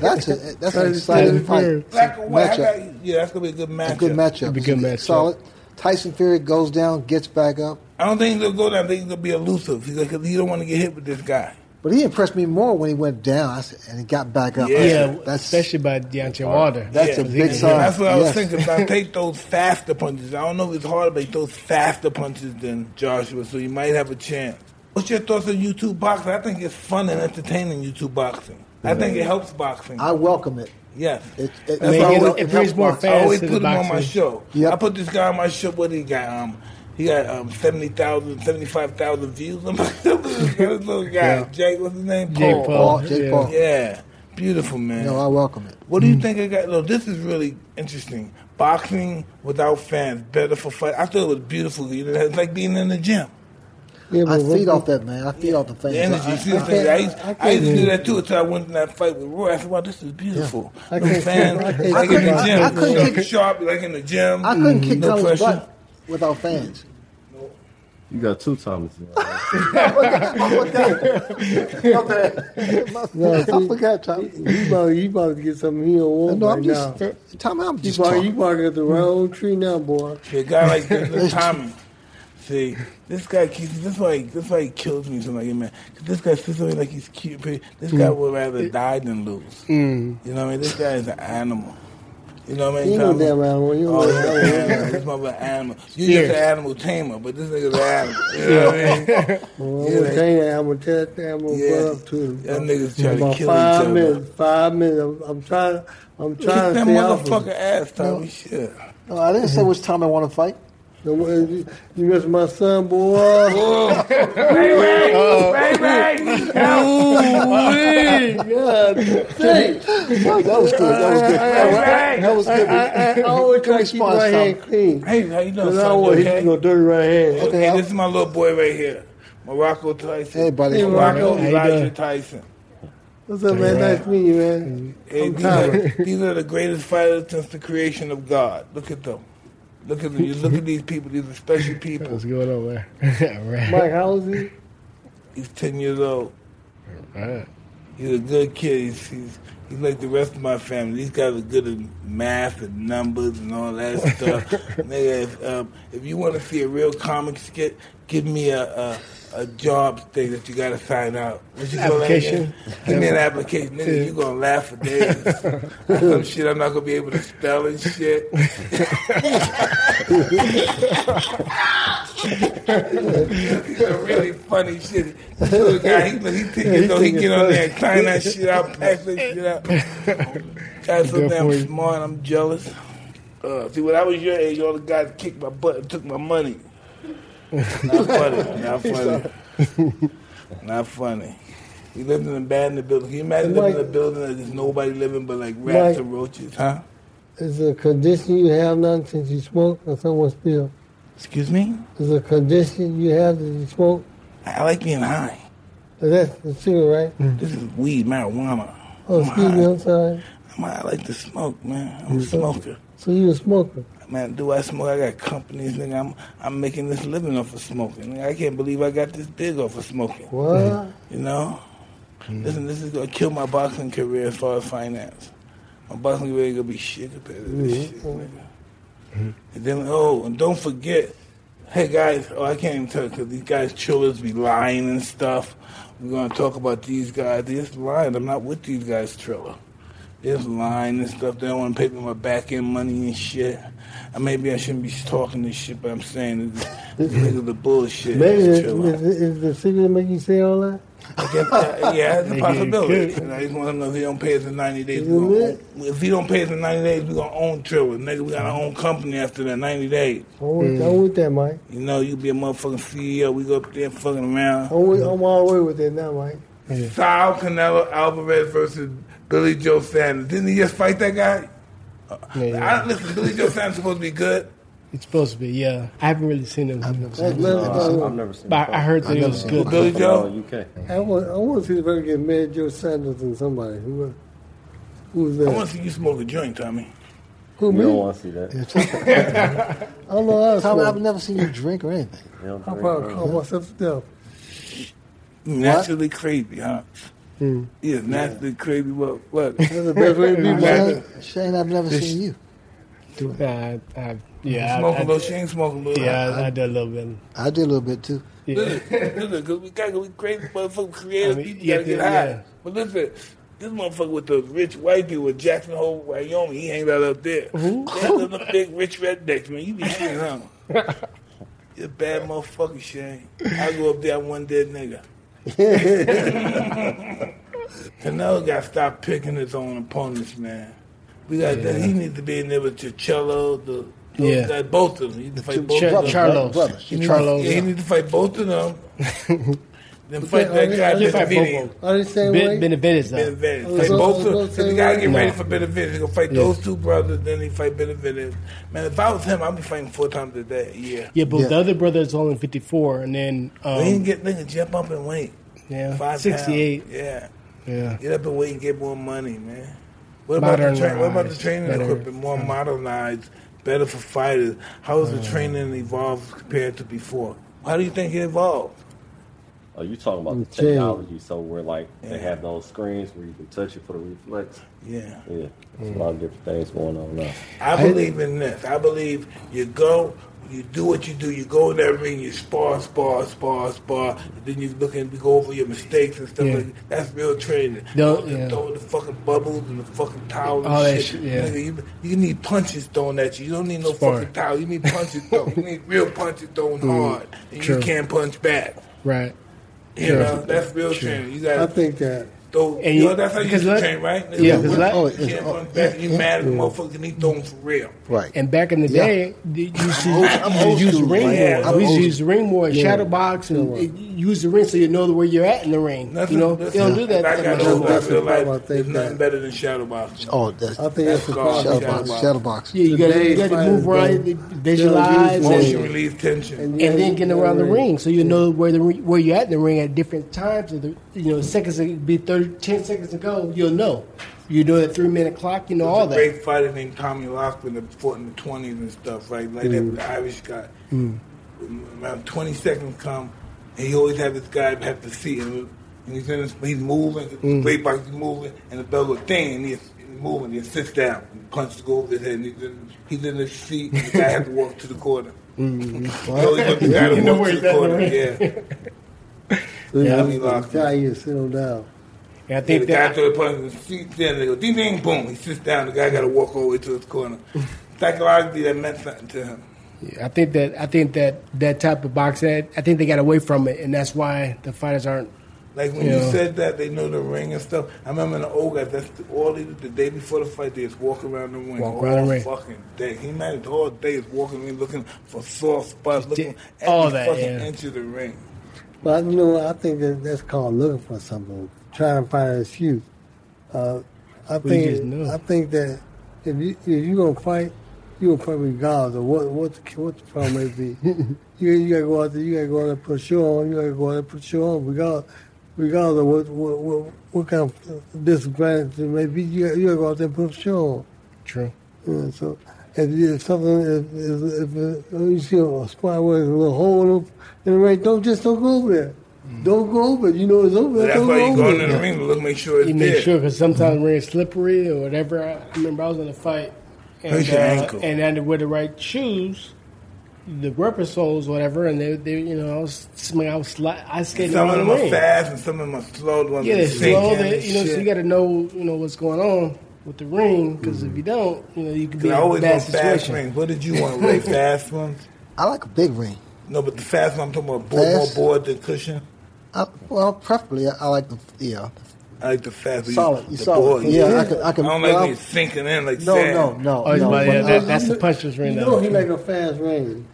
That's a, that's an exciting fight. Black or white. I Matchup. got- yeah, that's going to be a good matchup. A good matchup. It'd be a good matchup. Solid. Tyson Fury goes down, gets back up. I don't think he'll go down. I think he'll be elusive because he don't want to get hit with this guy. But he impressed me more when he went down I said- and he got back up. I Yeah. said, Yeah, that's especially by Deontay Wilder. That's a Because big he- sign. That's what I was Yes. thinking. Now take those faster punches. I don't know if it's harder, but he throws faster punches than Joshua, so you might have a chance. What's your thoughts on YouTube boxing? I think it's fun and entertaining. YouTube boxing. I think it helps boxing. I welcome it. yes. It, it, I mean, why it- wel- it brings helps more boxing. fans. I always to put the him on my boxing. show. Yep. I put this guy on my show. What he got? Um, he got um, 70,000, 75,000 views. I'm like, look at this guy, this little guy, Jake. What's his name? Jake Paul. Paul. Paul, Jake yeah. Paul. Yeah, beautiful man. No, I welcome it. What do you think I got? No, this is really interesting. Boxing without fans, better for fight. I thought it was beautiful. You know, it's like being in the gym. Yeah, I what- feed off that man. I feed off the fans. The energy. I- you see the I- thing? I, used, I- I I used to can't- do that too until I went in that fight with Roy. I said, wow, this is beautiful. I No can't- fans. I can't- like in the I- gym. I couldn't sharp, kick- sharp, like in the gym. Mm-hmm. I couldn't kick no Thomas' pressure. butt without fans. You got two Thomas. I forgot, Tom. You about, you about to get something he don't want No, right I'm just, uh, now. Tom, I'm You just about, you talking. about to get the wrong tree now, boy. See, a guy like this, look, Tommy. See, this guy keeps. This is why. He, this is why he kills me. So I'm like, yeah, man, 'cause this guy sits there like he's cute. But this Mm. guy would rather die than lose. You know what I mean? This guy is an animal. You know what I mean? He no Tommy? damn animal. He Oh, no yeah, damn yeah, animal. yeah. this mother animal. You just an animal tamer, but this nigga's an animal. You know what I mean? Well, I'm Yeah, gonna they- tell you, that. I'm gonna tell that thing, I'm gonna Yeah. run up to him. That niggas trying to About kill each five other. minutes, Five minutes. I'm, I'm trying. I'm Kick trying to that stay off of motherfucker ass, Tommy. Shit. No, I didn't say which time I want to fight. him. You- You miss my son, boy. Ray Uh, Ray, Ray Ray. God, dang. No, that was good. That was good. That was good. I, I always try to keep response, my Tom. hand clean. Hey, how you doing, Cause I son? don't You want him okay? to go dirty right hand. Okay, Hey, I'll- this is my little boy right here, Morocco Tyson. Hey, buddy. Morocco How you Elijah doing? Tyson. What's up, man? Nice to meet you, man. Hey, I'm these, are, tired. these are the greatest fighters since the creation of God. Look at them. Look at them. You look at these people. These are special people. What's going on, man? All right. Mike, how old is he? He's ten years old. All right. He's a good kid. He's, he's, he's like the rest of my family. These guys are good at math and numbers and all that stuff. Nigga, if, um, if you want to see a real comic skit, give me a, a, a job thing that you got to sign out. What you call that again? Give me an application. Nigga, you're going to laugh for days. Some shit I'm not going to be able to spell and shit. Some really funny shit. This little guy, he, he think as though he get on there and clean that shit out, pack that shit out. Guy's so damn smart, I'm jealous. Uh, see, when I was your age, all the guys kicked my butt and took my money. Not funny. Not funny. Not funny. We lived in a abandoned building. Can you imagine living in a Mike- building that there's nobody living but like rats Mike- and roaches, huh? Is a condition you have now since you smoke or someone spill? Excuse me? Is a condition you have that you smoke? I like being high. That's the cigarette, right? This is weed, marijuana. Oh, I'm excuse me, high. I'm sorry. I'm high. I like to smoke, man. I'm a smoker. So you a smoker? Man, do I smoke? I got companies, nigga. I'm I'm making this living off of smoking. Nigga, I can't believe I got this big off of smoking. What? You know? Listen, this is gonna kill my boxing career as far as finance. My boxing career gonna be shit compared to this shit, nigga. And then oh, and don't forget, hey guys, oh I can't even tell because these guys chillers be lying and stuff. We're gonna talk about these guys. They're just lying. I'm not with these guys, Triller. They're just lying and stuff. They don't want to pay me my back end money and shit. And maybe I shouldn't be talking this shit, but I'm saying this, this nigga's the bullshit. Maybe It's is, Triller. is, is the cigarette make you say all that? Guess that- yeah, it's a Nigga, possibility. good. And I just want to know if he don't pay us in 90 days. We Isn't gonna it? own, if he don't pay us in 90 days, we're going to own Triller. Nigga, we got our own company after that 90 days. I'm with, I'm with that, Mike. E You know, you be a motherfucking CEO. We go up there fucking around. Oh, I'm, with, I'm all the way with that now, Mike. Sal Canelo Alvarez versus Billy Joe Sanders. Didn't he just fight that guy? Yeah, yeah. I, listen, Billy Joe Sanders supposed to be good. It's supposed to be, yeah. I haven't really seen him. I've never seen it. No, Uh, I've never seen. But I heard that I've it never was seen good. it. Billy Joe. Joe. UK. I want, I want to see if I can get Mad Joe Sanders and somebody. Who, who's I that? want to see you smoke a joint, Tommy. Who, You me? don't want to see that. Yeah, Tom- I don't know how to Tom, smoke. I've never seen you drink or anything. You don't I'll drink probably her. call myself down. Naturally crazy, huh? He is naturally crazy. Look, look. Hmm. That's the best way to be, man. Shane, Shane, I've never This- seen you. Nah, uh, I, I, yeah, I, smoke a I, little. She ain't smoking a little. yeah, I, I did a little bit. I did a little bit too. Yeah. Listen, because we gotta be crazy motherfucking I creative mean, people yeah, gotta get yeah, high. yeah. But listen, this motherfucker with the rich white dude with Jackson Hole, Wyoming, he hangs out up there. That's the big rich rednecks, man. You be hanging out. You a bad motherfucker, Shane. I go up there, I'm one dead nigga. Canelo got to stop picking his own opponents, man. We got he needs to be in there with Chichello, the Yeah. those guys, both of them. He needs to fight both Char- of them. Charlos. brother. He needs- Charlos. Yeah, he needs to fight both of them. then fight that guy Just like Benavides. Bobo. Are they saying Ben, way? Benavides, though. Benavides. Oh, Fight so- both so of them. say The guy get what? ready No. for Benavides. He's gonna fight Yeah. those two brothers. Then he fight Benavides. Man, if I was him, I'd be fighting four times a day. Yeah. Yeah, but Yeah. the other brother is only 54, and then But he um, can get nigga jump up and wait. yeah, Five 68. Pounds. Yeah. Yeah. Get up and wait and get more money, man. What about the train? What about the Modernized, training better. equipment? More modernized, better for fighters. How has the training evolved compared to before? How do you think it evolved? Oh, you talking about the Mm, chill. technology? So we're like Yeah. they have those screens where you can touch it for the reflex. Yeah. Yeah, there's a lot of different things going on now. I believe in this. I believe you go, you do what you do. You go in that ring, you spar, spar, spar, spar. And then you look and go over your mistakes and stuff. Yeah. like that. That's real training. No, Don't just yeah. throw the fucking bubbles and the fucking towel and All that shit. shit, yeah. Nigga, you, you need punches thrown at you. You don't need no Sparring. fucking towel. You need punches thrown. You need real punches thrown hard, and true. you can't punch back. Right. You True. know that's real training. You I got to think that. throw. And you know you- that's how you because used to let- train, right? yeah, You because can't let- Oh, it's- oh, punch back. You yeah, mad at the motherfucker? and He throwing for real. Right. And back in the Yeah. day, the- you should I'm old use school, ring man. more. I'm we used old to use ring more, Yeah. shadow box, and Yeah. it- use the ring so you know where you're at in the ring. Nothing, you know, nothing- they don't do that. I that got much no anymore. that's that's the in life. problem I think There's nothing that- better than shadow boxing. Oh, that's I think that's the That's problem. shadow Shadow box. box. Shadow box. Yeah, you got to you Today's got to move fighters around, don't- visualize, don't use and, Motion release tension. And and then getting around the Yeah. ring so you know where the re- where you're at in the ring at different times. Of the, you know, seconds it be 30, 10 seconds ago, you'll know. You know that three minute clock. You know all There's a that. great fighter named Tommy Lockman that fought in the twenties and stuff, right? Like that with Mm. the Irish guy. Around twenty seconds come, and he always had this guy have to see him, and he's in his, he's moving, Mm. great box is moving, and the bell goes thing, and he's moving, he sits down, and punches go over his head, and he's in, he's in his seat, and the guy has to walk to the corner. Mm. He always wants the guy to You know walk where to he's the at in the corner, ring. yeah. Yeah, we locked guy you settle down. And I Yeah, the think guy that threw the punch in the seat, then they go ding ding boom. He sits down. The guy got to walk all the way to his corner. Psychologically, that meant something to him. I think that I think that that type of boxing, I think they got away from it, and that's why the fighters aren't. Like when Yeah. you said that, they know the ring and stuff. I remember the old guy. That's the, all they do the day before the fight. They just walk around the ring Walk all around the ring. fucking day. He managed all day is walking around looking for soft spots, looking di- every all that, fucking yeah. inch of the ring. But you know what? I think that that's called looking for something, trying to find an excuse. Uh, I just think know. I think that if you if you gonna fight, you gonna fight regardless of what what the, what the problem may be. you you gotta go out there, you gotta go out there and put a show on, you gotta go out there and put a show on, regardless regardless of what what what, what kind of disadvantage it may be. You gotta, you gotta go out there and put a show on. True. Yeah, so if, you- if something, if, if, if uh, you see a spot where there's a little hole in the, in the ring, don't just don't go over there. Don't go over it. You know it's over But there. Mm-hmm. that's Don't why you go go over into the there. ring to look, make sure it's You make there. sure because sometimes the ring is slippery or whatever. I remember I was in a fight, and Hurts your uh, ankle. and I didn't wear the right shoes, the rubber soles, whatever, and they, they you know, I was, I was, sli- I skated Some on of the them are ring. fast and some of them are slow. The ones Yeah, that they sink slow. in They, and you know, so shit. you got to know, you know, what's going on with the ring because if you don't, you know, you could be Mm-hmm. I in a always bad want fast situation. rings. What did you want? Really fast ones? I like a big ring. No, but the fast one I'm talking about board, more Fast? board than cushion. I, well, preferably I, I like the yeah. I like the fast one. Solid. The You solid. board, Yeah, I can- I can- don't like well, me sinking in like No, sand. no, no, Oh, no. but but yeah, I- that, that's the puncher's You ring. know though. he like a fast range.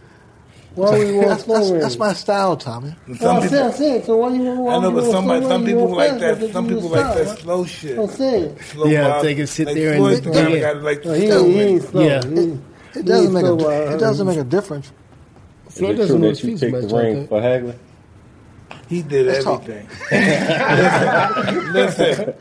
Why we want That's, that's, slow that's my style, Tommy. Well, Some I'm saying, I'm people, saying, so why you why I know, you but want somebody, slow, some why you people want like fast? that. That's Some what you people want like that style. slow shit. I'm saying. Slow Yeah, bop. they can sit like there and Floyd's look the kind at- of guy that like No, to he, slow he ain't it. slow. Yeah. He- he It doesn't ain't make a slow, di- uh, it doesn't make a difference. Is Floyd it doesn't true know that his you feet picked much the like ring that. for Hagler? He did Let's talk. everything. listen, listen,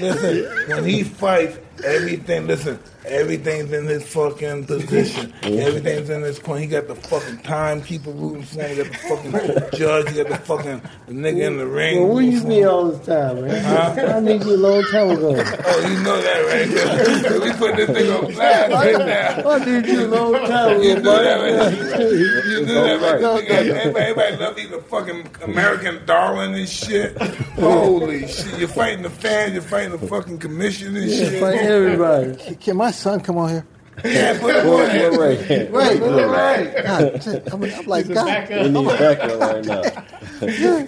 listen. When he fights, everything. Listen, everything's in his fucking position. Everything's in his corner. He got the fucking timekeeper rooting for him. He got the fucking judge. He got the fucking the nigga in the ring. Well, where rooting you for be uh, him. all this time, man? I need you a long time ago. Oh, you know that, right? 'Cause we put this nigga on blast right now. I need you a long time You ago. knew that, right? Oh, You knew that, right? No, Everybody, everybody love you, the fucking American darling and shit. Holy shit! You're fighting the fans, you're fighting the fucking commission and shit. Like everybody. Can- Can my son come on here? Yeah, put him on there. Right. Right, Right. God, shit, I'm, I'm like God. We need backup right now. Yeah,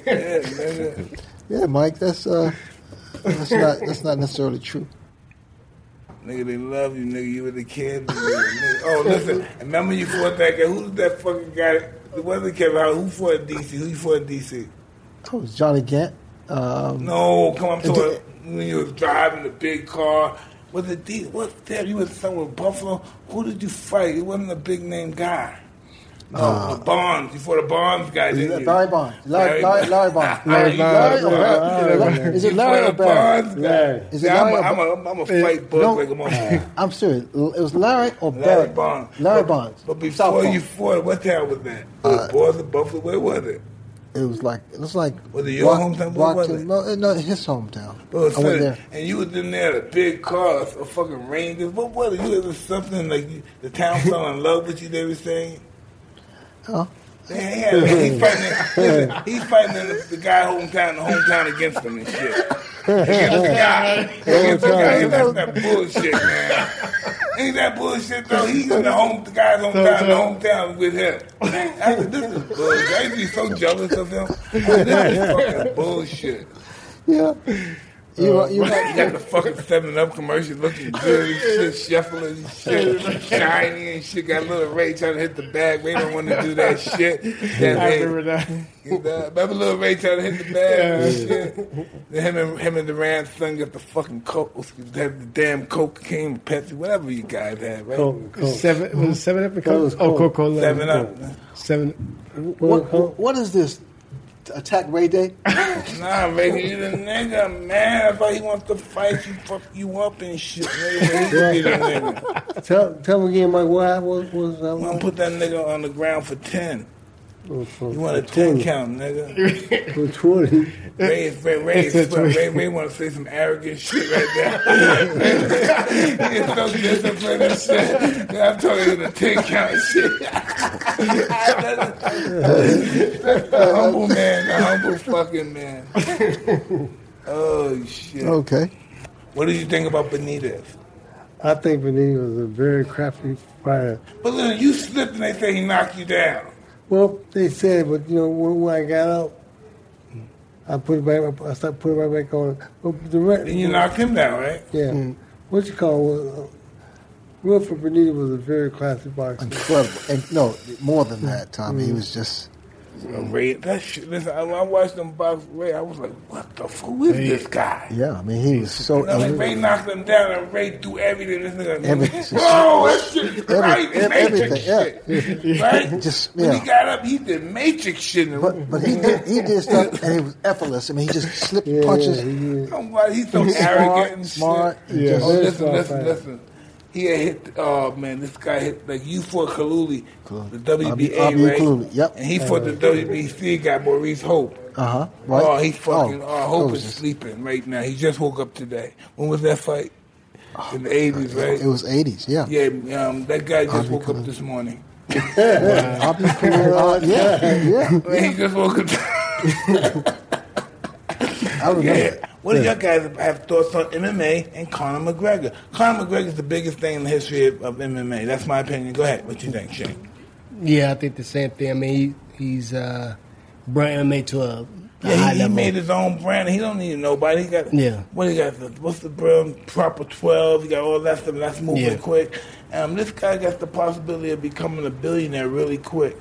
nigga. Yeah, Mike, that's uh, that's not that's not necessarily true. Nigga, they love you, nigga. You were the kid. Nigga. Oh, listen. Remember you fought that guy? Who's that fucking guy? It wasn't Kevin Howard. Who fought in DC? Who you fought in DC? Oh, it's Johnny Gant. Um, No, come on, I'm talking when you was driving the big car. Was it D? What the You was somewhere in Buffalo. Who did you fight? It wasn't a big name guy. No, the Bonds. You fought the Bonds guy, didn't you? Uh, Larry Bond. Larry, Larry, Larry Bond. Larry Larry Bond. or Barry? Is it Larry or You fought the Barry? Bonds guy. Is it Yeah, I'm Larry or a- I'm a- I'm a fight bug No. like a motherfucker. I'm serious. L- It was Larry or Larry Barry. Bonds. Larry But- Bonds. But before Southpaw. Uh, you fought, what town was that? Was it Boston, Buffalo? Where was it? it was like it was like Was it your hometown? What block was to- it? Oh, No, it- no, his hometown. I Well, went so- there. And you was in there, the big car, a fucking Ranger. What was it? You was in something like you, the town fell in love with you, they were saying? Oh. Yeah, yeah, he's fighting, the- he's fighting the, the guy hometown, the hometown against him and shit. Against the guy. Against the guy. Ain't that, that bullshit, man. Ain't that bullshit, though? He's in the, home, the guy's hometown, the hometown with him. I said, this is bullshit. I used to be so jealous of him. I said, this is fucking bullshit. Yeah. Oh. You are- you You are- got the fucking seven up commercial looking good and shit, shuffling and shit, shiny and shit. Got little Ray trying to hit the bag. Ray don't want to do that shit. That I Ray, remember that. you know, remember little Ray trying to hit the bag and shit. Then him and him and Duran's son got the fucking coke, have the damn cocaine, Pepsi, whatever you guys had, right? Cool, cool. Seven was it seven up and Coke? was Oh, Coke. Coca Cola. Seven up. Seven. what, what is this? Attack Ray Day? Nah, Ray, you the nigga, man. That's why he wants to fight you, fuck you up and shit. Nigga, He be the nigga. Tell, tell me again, Mike, what hap- what was that? I'm gonna one? put that nigga on the ground for ten. Oh, for- You want a for ten 20, count, nigga? For 20. Ray, is- Ray, Ray, is- Ray, Ray, want to say some arrogant shit right there. he is so disciplined and shit. Yeah, I'm talking to the ten count shit. That's the humble man, the humble fucking man. Oh shit! Okay. What did you think about Benitez? I think Benitez was a very crappy fighter. But listen, you slipped and they say he knocked you down. Well, they said, but you know, when, when I got up, I put it back. I started putting it right back on. But the rest, Then you knocked him down, right? yeah. What you call it? Uh, Wilfred Benitez was a very classy boxer. Incredible. And no, more than that, Tommy. He was just Ray, that shit. Listen, I, I watched them box Ray. I was like, what the fuck? Who is this guy? yeah, I mean he was so No, like Ray knocked him down and Ray threw everything. This nigga, Everything. whoa, that shit is right. Every- everything, Matrix shit, right? Just, When yeah. he got up, he did Matrix shit. And But but he did he did stuff and it was effortless. I mean he just slipped punches. I'm like, he's so arrogant Smart, and smart. shit. Yeah. Oh, listen, Very listen, smart listen. He had hit. Oh man, this guy hit like you fought Kaluli, the Abi- WBA, Abi right? Kaluli, yep. And he fought the WBC guy, Maurice Hope. Uh huh. Right. Oh, he fucking. Oh, it Hope was is just- sleeping right now. He just woke up today. When was that fight? In the eighties, right? Oh, It was eighties. Yeah. Yeah, um, that guy just woke up this morning. Abi Kalula, uh, yeah. Yeah. He just woke up. I remember. yeah. Yeah. What do y'all guys have thoughts on MMA and Conor McGregor? Conor McGregor is the biggest thing in the history of, of MMA. That's my opinion. Go ahead. What you think, Shane? Yeah, I think the same thing. I mean, he, he's uh, brought MMA to a, a Yeah, high he, he level. made his own brand. He don't need nobody. He got Yeah. What he got? The, what's the brand? Proper twelve. He got all that stuff. That's moving Yeah. quick. Um, this guy got the possibility of becoming a billionaire really quick.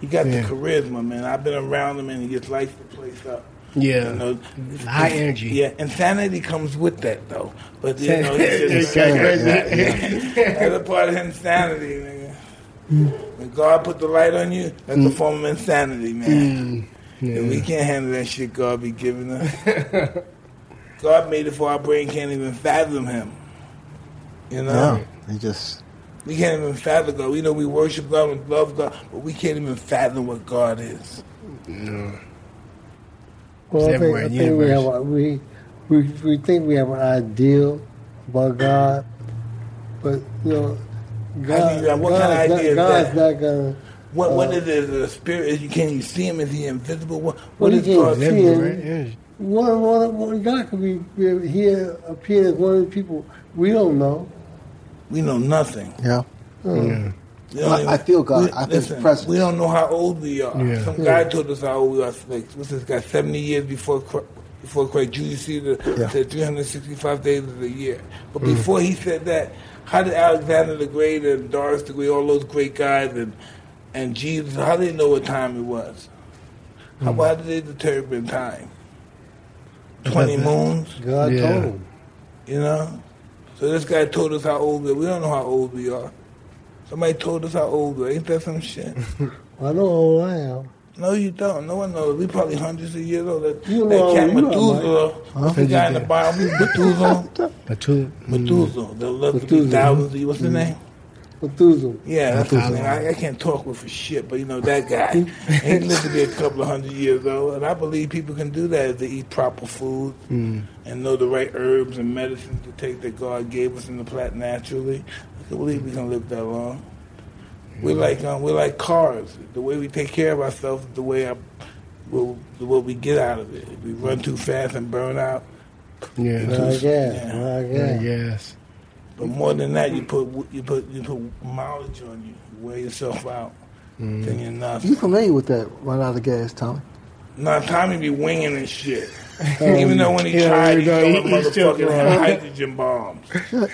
He got Yeah. the charisma, man. I've been around him, and he just lights the place up. Yeah. You know, High energy. Yeah, insanity comes with that though. But you know, it's just, that's a part of insanity, nigga. When God put the light on you, that's Mm. a form of insanity, man. If we can't handle that shit, God be giving us. God made it for our brain can't even fathom Him. You know. No, he just We can't even fathom God. We know we worship God and love God, but we can't even fathom what God is. Well, I think, everywhere I in the think we have universe. a, we, we we think we have an ideal about God, but you know, God, you- what kind of God's, idea is not, God's that? not gonna. What what Uh, is it? Is it a spirit? Is you can you see him? Is he invisible? What Well, what he is can't God? see He him. One, one, one, God could be, be here appear as one of the people we don't know. We know nothing. yeah. We don't I- I feel God. we- I feel his listen, presence. We don't know how old we are. Yeah. Some guy told us how old we are. Like, what's this guy? Seventy years before Christ, before Christ. Julius Caesar Yeah. said three hundred sixty-five days of the year. But before he said that, how did Alexander the Great and Darius the Great, all those great guys, and and Jesus, how did they know what time it was? How, how did they determine time? Twenty moons. God Yeah. told him. You know? So this guy told us how old we are. We don't know how old we are. Somebody told us how old we are. Ain't that some shit? I know how old I am. no, you don't. No one knows. We probably hundreds of years old. That, that You know cat how old you are, Methuselah, what's the guy in the Bible? Methuselah? Methuselah. That loves to be Methuselah. thousands. of- What's the name? Methuselah. Yeah, that's his name. I, I can't talk with for shit, but you know that guy. he lived to be a couple of hundred years old, and I believe people can do that if they eat proper food and know the right herbs and medicines to take that God gave us in the plant naturally. I can believe we can live that long. We're like um, we're like cars. The way we take care of ourselves is the way I, well, the what we get out of it. If we run too fast and burn out. Yeah. Well, I guess. Yeah. Well, I Yeah. guess. Yes. But more than that, you put you put you put mileage on you. You wear yourself out. Mm. Then you're not. You familiar with that run out of gas, Tommy? Nah, Tommy be winging and shit. Oh, Even though when he tried, he no, throwing he- he's still motherfucking hydrogen bombs. ain't,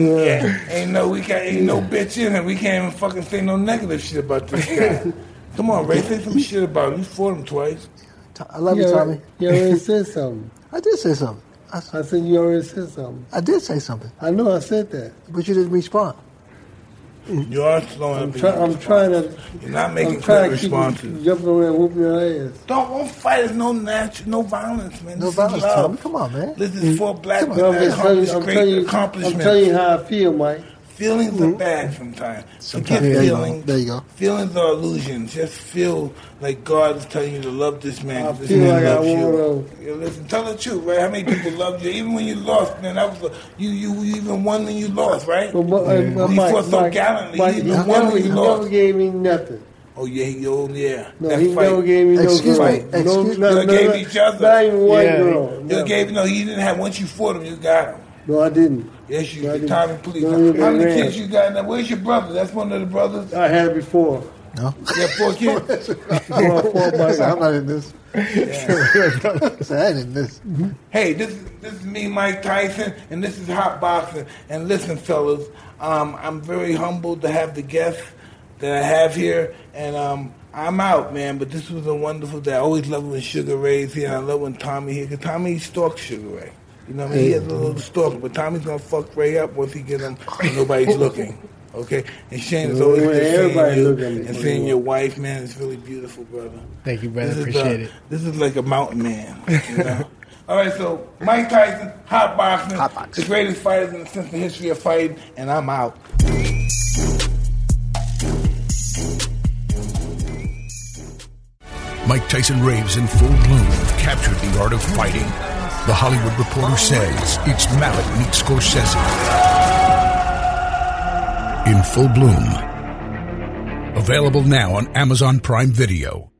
yeah, ain't no, we can't, ain't no bitch in him. We can't even fucking say no negative shit about this guy. Come on, Ray, say some shit about him. You fought him twice. To- I love You you, Tommy. already, you already said something. I did say something. I, s- I said you already said something. I did say something, I know I said that. but you didn't respond. You are slowing I'm, up. try, your I'm response. trying to. You're not I'm making trying quick to keep responses. you jumping around, whooping your ass. Don't won't fight. There's no natural, no violence, man. No this violence, is love. Tommy. Come on, man. This is for black men. No, Mm. I'm that just telling you. accomplish great I'm telling you, I'm accomplishments. telling you Mm. how I feel, Mike. Feelings are bad sometimes. Forget There you go. feelings. There you go. Feelings are illusions. Just feel like God is telling you to love this man. I 'cause this feel man like I loves you. wanna- Yeah, listen, tell the truth, right? How many people loved you? Even when you lost, man, that was a, you, you. You even won when you lost, right? But, but, uh, but He Mike, fought so Mike, gallantly. Mike, He he, even won never, when he he never lost. gave me nothing. Oh yeah, he, oh yeah. No, that he fight. never gave me Excuse no me, girl. no, excuse- no, Y'all no, gave no, each other. Not even one Yeah. girl. You No, gave no. You didn't have. Once you fought him, you got him. no, I didn't. Yes, you No, I did. didn't. Tommy, please. No, How you many ran. kids you got now? Where's your brother? That's one of the brothers. I had it before. No, Yeah, four kids. Oh. I'm not in this. I ain't in this. Hey, this this is me, Mike Tyson, and this is Hot Boxing. And listen, fellas, um, I'm very humbled to have the guests that I have here, and um, I'm out, man. But this was a wonderful day. I always love when Sugar Ray's here, and I love when Tommy here, because Tommy stalks Sugar Ray. You know what I mean? He has a little stalker, but Tommy's gonna fuck Ray up once he gets him and nobody's looking. Okay? And Shane is always Well, good everybody seeing you look at me. and seeing your wife, man. It's really beautiful, brother. Thank you, brother. This is, Appreciate uh, it. This is like a mountain man. You know? All right, so Mike Tyson, hot boxing, Hot boxing. the greatest fighters in the since the history of fighting, and I'm out. Mike Tyson raves in full bloom, captured the art of fighting. The Hollywood Reporter says it's Malik meets Scorsese. In full bloom. Available now on Amazon Prime Video.